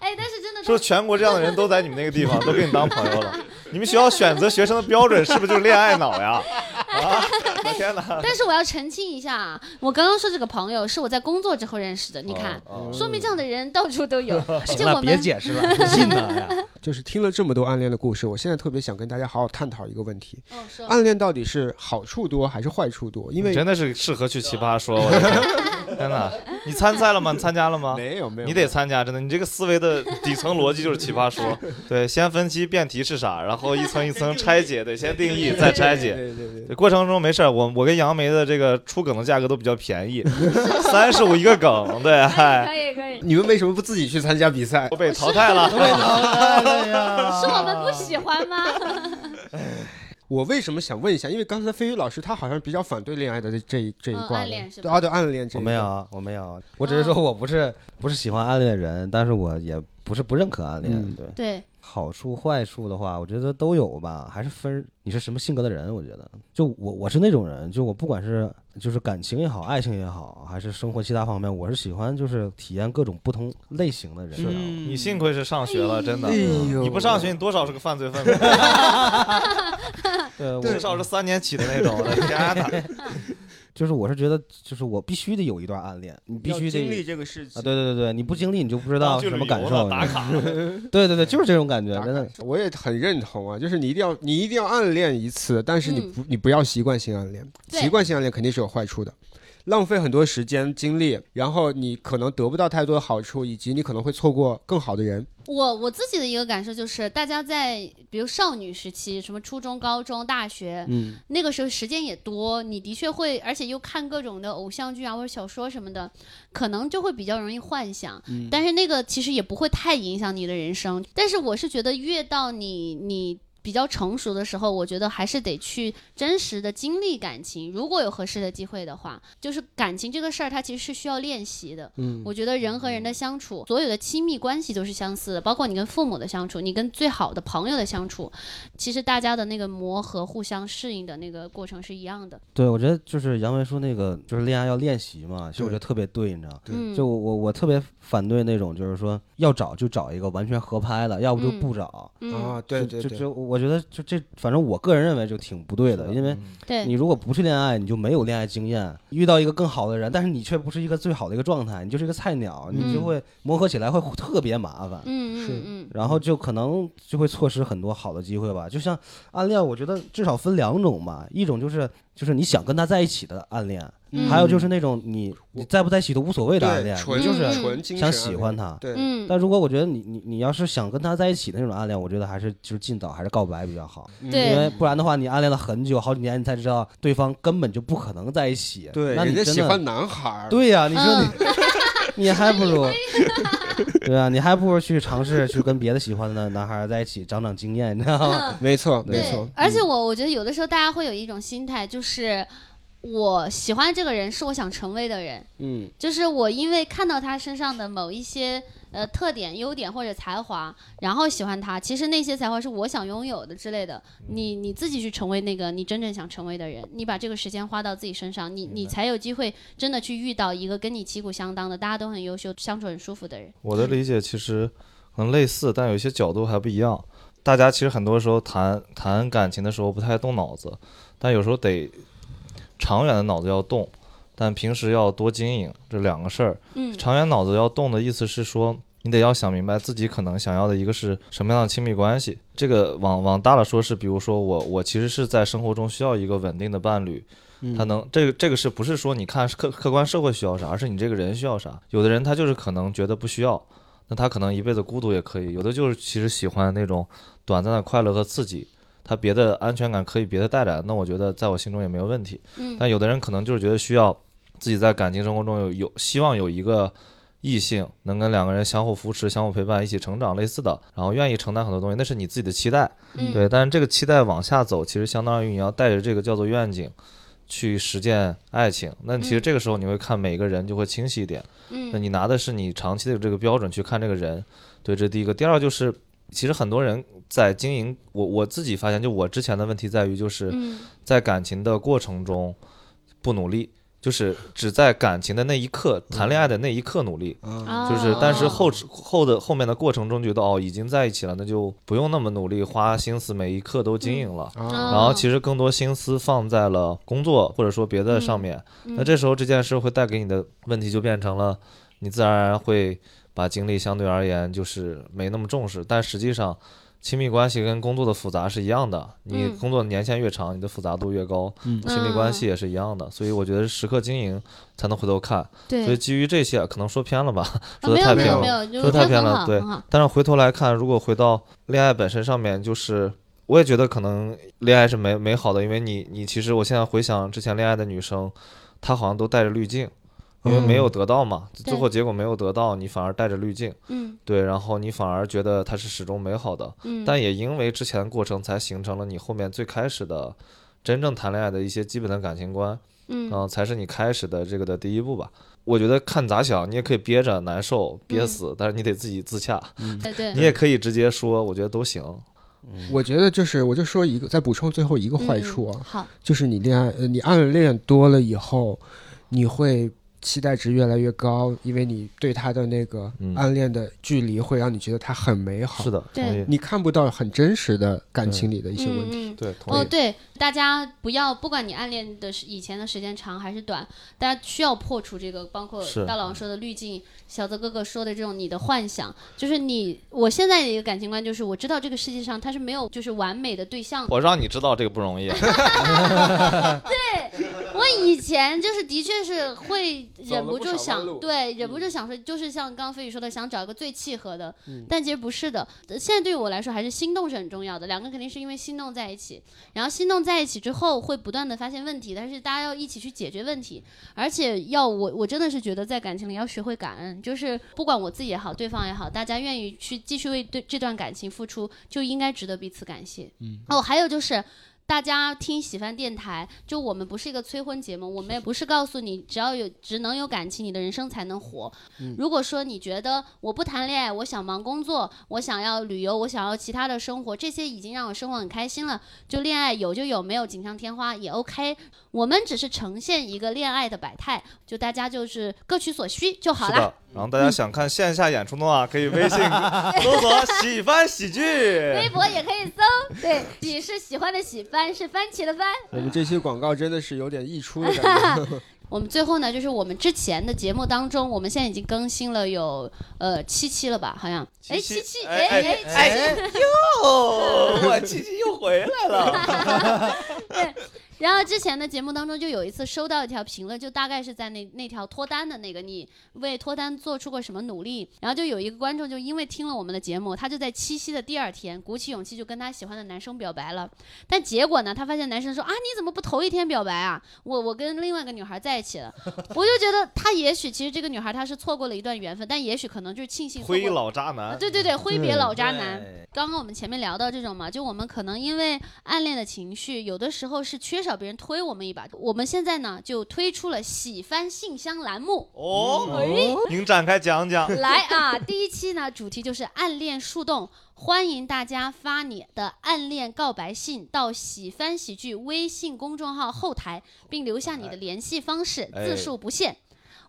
哎，但是真的
是不是全国这样的人都在你们那个地 方，都跟你当朋友了？你们学校选择学生的标准是不是就是恋爱脑呀？啊，我天 哪！
但是我要澄清一下啊，我刚刚说这个朋友是我在工作之后认识的，你看，
哦，嗯
说明这样的人到处都有，而且
行
我
了，别
们
解释了，不信他呀。
就是听了这么多暗恋的故事，我现在特别想跟大家好好探讨一个问题：
哦说
暗恋到底是好处多还是坏处多？因为
真的是适合去奇葩说，我的 天天哪！你参赛了吗？你参加了吗？
没有没有，
你得参加，真的，你这个思维的底层逻辑就是奇葩 说。对，先分析辩题是啥，然后一层一层拆解，对，先定义再拆解。
对对对，
对过程中没事儿，我我跟杨梅的这个出梗的价格都比较便 宜，三十五一个梗，对，嗨，哎
可以可以，
你们为什么不自己去参加比赛
哎
我？被淘汰了，
对
我为什么想问一下？因为刚才飞宇老师他好像比较反对恋爱的这这一这一
嗯
挂
暗
的
恋是
对
吧
啊，对暗恋这
我
一
没有
挂，
啊，我没有啊，我只是
嗯
说我不是不是喜欢暗恋的人，但是我也不是不认可暗恋。
嗯
对，
对，
好处坏处的话，我觉得都有吧，还是分你是什么性格的人。我觉得，就我我是那种人，就我不管是就是感情也好，爱情也好，还是生活其他方面，我是喜欢就是体验各种不同类型的人。
啊
你幸亏是上学了，真的。
嗯哎
嗯
呦
你不上学，你多少是个犯罪分子，
对，我
至少是三年起的 那种。我的天哪！
嗯就是我是觉得，就是我必须得有一段暗恋，你必
要
须
经历
得。
这个事情
啊，对对对对，你不经历你就不知道
去
什
旅
么感
游
受
了，。打卡，
对对对，就是这种感觉，
打
真的
卡。我也很认同啊，就是你一定要你一定要暗恋一次，但是你不、你不要习惯性暗恋，
嗯对
习惯性暗恋肯定是有坏处的，浪费很多时间精力，然后你可能得不到太多的好处，以及你可能会错过更好的人。
我我自己的一个感受就是，大家在比如少女时期，什么初中、高中、大学，
嗯，
那个时候时间也多，你的确会，而且又看各种的偶像剧啊或者小说什么的，可能就会比较容易幻想。
嗯
但是那个其实也不会太影响你的人生。但是我是觉得，越到你你。比较成熟的时候，我觉得还是得去真实的经历感情。如果有合适的机会的话，就是感情这个事儿，它其实是需要练习的。
嗯
我觉得人和人的相处，所有的亲密关系都是相似的，包括你跟父母的相处，你跟最好的朋友的相处，其实大家的那个磨合、互相适应的那个过程是一样的。
对，我觉得就是杨梅说那个，就是恋爱要练习嘛，其实我觉得特别对，你知道。
嗯，
就我我我特别反对那种，就是说要找就找一个完全合拍的，要不就
嗯
不找。
嗯，
啊，对对
就就
对，
就我觉得就这，反正我个人认为就挺不对的，
嗯
因为你
对，
如果不去恋爱，你就没有恋爱经验，遇到一个更好的人，但是你却不是一个最好的一个状态，你就是一个菜鸟，你就
嗯
会磨合起来会特别麻烦。
嗯
是
嗯嗯，
然后就可能就会错失很多好的机会吧。就像暗恋，我觉得至少分两种吧，一种就是就是你想跟他在一起的暗恋，
嗯
还有就是那种你你在不在一起都无所谓的暗
对
恋，
纯
你就
嗯
是
纯精神
想
暗
喜
恋
欢他。
对，
嗯，
但如果我觉得你你你要是想跟他在一起的那种暗恋，我觉得还是就是尽早还是告白比较好，
嗯
因
对
为不然的话你暗恋了很久好几年，你才知道对方根本就不可能在一起。
对，
那你
人家
真
喜
的
欢男孩儿，
对呀、你说
嗯
你、 你还 不如，对啊，你还不如去尝试去跟别的喜欢的男孩儿在一起长长经验，你知道
啊
吗？
没错没
对
错，，
而且我我觉得有的时候大家会有一种心态，就是我喜欢这个人是我想成为的人，
嗯，
就是我因为看到他身上的某一些呃特点、优点或者才华，然后喜欢他。其实那些才华是我想拥有的之类的。你你自己去成为那个你真正想成为的人，你把这个时间花到自己身上，你你才有机会真的去遇到一个跟你旗鼓相当的，大家都很优秀、相处很舒服的人。
我的理解其实很类似，但有些角度还不一样。大家其实很多时候谈谈感情的时候不太动脑子，但有时候得长远的脑子要动，但平时要多经营这两个事儿。
嗯
长远脑子要动的意思是说，你得要想明白自己可能想要的一个是什么样的亲密关系。这个往往大了说是，比如说我我其实是在生活中需要一个稳定的伴侣，
嗯
他能这个这个是不是说你看客客观社会需要啥，而是你这个人需要啥？有的人他就是可能觉得不需要，那他可能一辈子孤独也可以；有的就是其实喜欢那种短暂的快乐和刺激。他别的安全感可以别的带来，那我觉得在我心中也没有问题。
嗯
但有的人可能就是觉得需要自己在感情生活中有有希望有一个异性能跟两个人相互扶持、相互陪伴、一起成长，类似的，然后愿意承担很多东西，那是你自己的期待，
嗯，
对。但是这个期待往下走，其实相当于你要带着这个叫做愿景。去实践爱情，那其实这个时候你会看每个人就会清晰一点。那
嗯
你拿的是你长期的这个标准去看这个人，对，这是第一个。第二就是，其实很多人在经营，我我自己发现，就我之前的问题在于，就是
嗯
在感情的过程中不努力，就是只在感情的那一刻、谈恋爱的那一刻努力，
嗯
啊
就是但是后后的后面的过程中觉得哦，已经在一起了，那就不用那么努力，花心思每一刻都经营了。
啊
然
然后其实更多心思放在了工作或者说别的上面，
嗯
那这时候这件事会带给你的问题就变成了，你自然而然会把精力相对而言就是没那么重视，但实际上。亲密关系跟工作的复杂是一样的，你
嗯
工作年限越长，你的复杂度越高，亲密关系也是一样的，所以我觉得时刻经营才能回头看。
对
所以基于这些，可能说偏了吧，
啊
说的
没
太
有没
偏
有
了
没。有，就
说
是
太偏
很
了，
好
对
很好。
但是回头来看，如果回到恋爱本身上面，就是我也觉得可能恋爱是美美好的，因为你你其实我现在回想之前恋爱的女生，她好像都带着滤镜，因为没有得到嘛，
对
最后结果没有得到，你反而带着滤镜，
嗯
对，然后你反而觉得它是始终美好的，
嗯，
但也因为之前的过程才形成了你后面最开始的真正谈恋爱的一些基本的感情观，
嗯
嗯，才是你开始的这个的第一步吧。我觉得看咋想，你也可以憋着难
嗯
受憋死，但是你得自己自洽，
对对，
你也可以直接说，我觉得都行。
我觉得就是，我就说一个，再补充最后一个坏处啊，
嗯好，
就是你恋爱，呃你暗恋多了以后，你会期待值越来越高，因为你对他的那个
嗯
暗恋的距离会让你觉得他很美好，
是的，
对
同意。
嗯
你看不到很真实的感情里的一些问题。
嗯嗯
对，同意。
哦，对，大家不要，不管你暗恋的时以前的时间长还是短，大家需要破除这个，包括
是
大
嗯
佬说的滤镜，小泽哥哥说的这种你的幻想，就是你我现在的一个感情观就是，我知道这个世界上它是没有就是完美的对象的，
我让你知道这个不容易，啊
我以前就是的确是会忍不
走了
住
不少弯路嗯
想，对，忍不住想说，就是像刚刚飞宇说的，想找一个最契合的，
嗯
但其实不是的。呃现在对于我来说，还是心动是很重要的，两个肯定是因为心动在一起，然后心动在一起之后会不断的发现问题，但是大家要一起去解决问题，而且要我我真的是觉得在感情里要学会感恩，就是不管我自己也好，对方也好，大家愿意去继续为对这段感情付出，就应该值得彼此感谢。嗯，哦，还有就是。大家听喜番电台，就我们不是一个催婚节目，我们也不是告诉你只要有只能有感情，你的人生才能活。如果说你觉得我不谈恋爱，我想忙工作，我想要旅游，我想要其他的生活，这些已经让我生活很开心了，就恋爱有就有，没有锦上添花也 OK。我们只是呈现一个恋爱的百态，就大家就是各取所需就好嗯
是
啦
的。。然后大家想看线下演出的话，可 以微信搜索“喜欢喜剧
微博也可以 搜，对，喜是喜欢的喜，番是番茄的番。
我们这期广告真的是有点溢出的感 觉。
我们最后呢，就是我们之前的节目当中，我们现在已经更新了有呃七期了吧？好像，哎
七期
期，
哎
哎
哎
哎”。
哦，我七七又回来了。
然后之前的节目当中就有一次收到一条评论，就大概是在那那条脱单的那个，你为脱单做出过什么努力？然后就有一个观众就因为听了我们的节目，他就在七夕的第二天鼓起勇气就跟他喜欢的男生表白了，但结果呢，他发现男生说啊你怎么不头一天表白啊？我我跟另外一个女孩在一起了， 我就觉得他也许其实这个女孩她是错过了一段缘分，但也许可能就是庆幸错
灰
过。
老渣
啊
男，
对对对，挥别老渣男。
对
刚刚我们前面聊到这种嘛，就我们可能因为暗恋的情绪，有的时候是缺少别人推我们一把。我们现在呢，就推出了喜番信箱栏目。
哦，
哎
您展开讲讲。
来啊， 第一期呢，主题就是暗恋树洞，欢迎大家发你的暗恋告白信到喜番喜剧微信公众号后台，并留下你的联系方式，
哎
字数不限。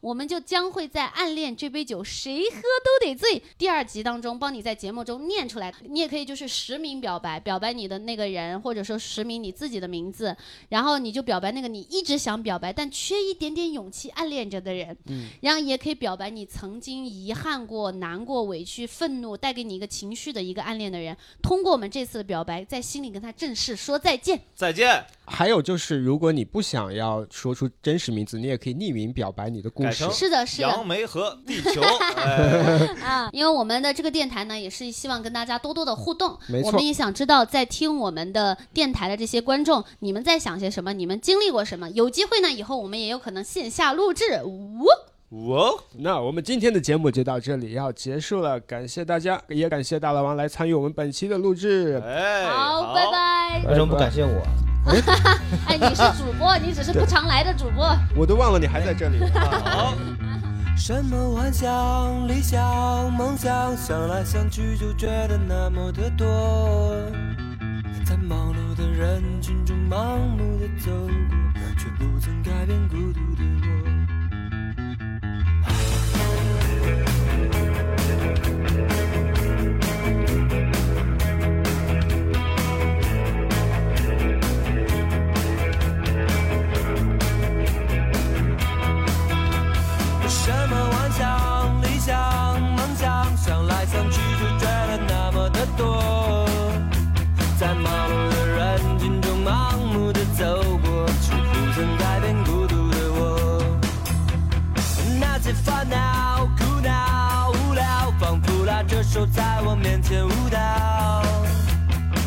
我们就将会在《暗恋这杯酒谁喝都得醉》第二集当中，帮你在节目中念出来。你也可以就是实名表白，表白你的那个人，或者说实名你自己的名字，然后你就表白那个你一直想表白但缺一点点勇气暗恋着的人。然后也可以表白你曾经遗憾过、难过、委屈、愤怒，带给你一个情绪的一个暗恋的人，通过我们这次的表白，在心里跟他正式说再见。
再见，
还有就是，如果你不想要说出真实名字，你也可以匿名表白你的故事
改成。
是的，是的，
杨梅和地球。 哎，
啊，因为我们的这个电台呢，也是希望跟大家多多的互动。
没
我
错
们也想知道，在听我们的电台的这些观众，你们在想些什么？你们经历过什么？有机会呢，以后我们也有可能线下录制。呜、
我
那我们今天的节目就到这里要结束了，感谢大家，也感谢大老王来参与我们本期的录制。
哎，
好，拜。拜。
为什么不感谢我？
哎，你是主播，你只是不常来的主播。
我都忘了你还在这里。
好，
什么幻想、理想、梦想，想来想去就觉得那么的多。在忙碌的人群中盲目的走过，却不曾改变孤独的我。什么幻想、理想、梦想，想来想去就觉得那么的多。在忙碌的人群中盲目的走过，却不曾改变孤独的我。那些烦恼、苦恼、无聊，仿佛拉着手在我面前舞蹈。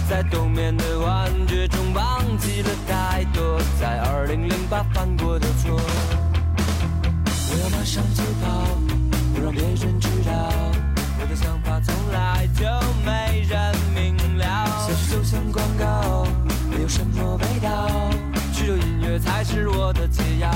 在冬眠的幻觉中忘记了太多，在二零零八犯过的错。我要迈是我的解药。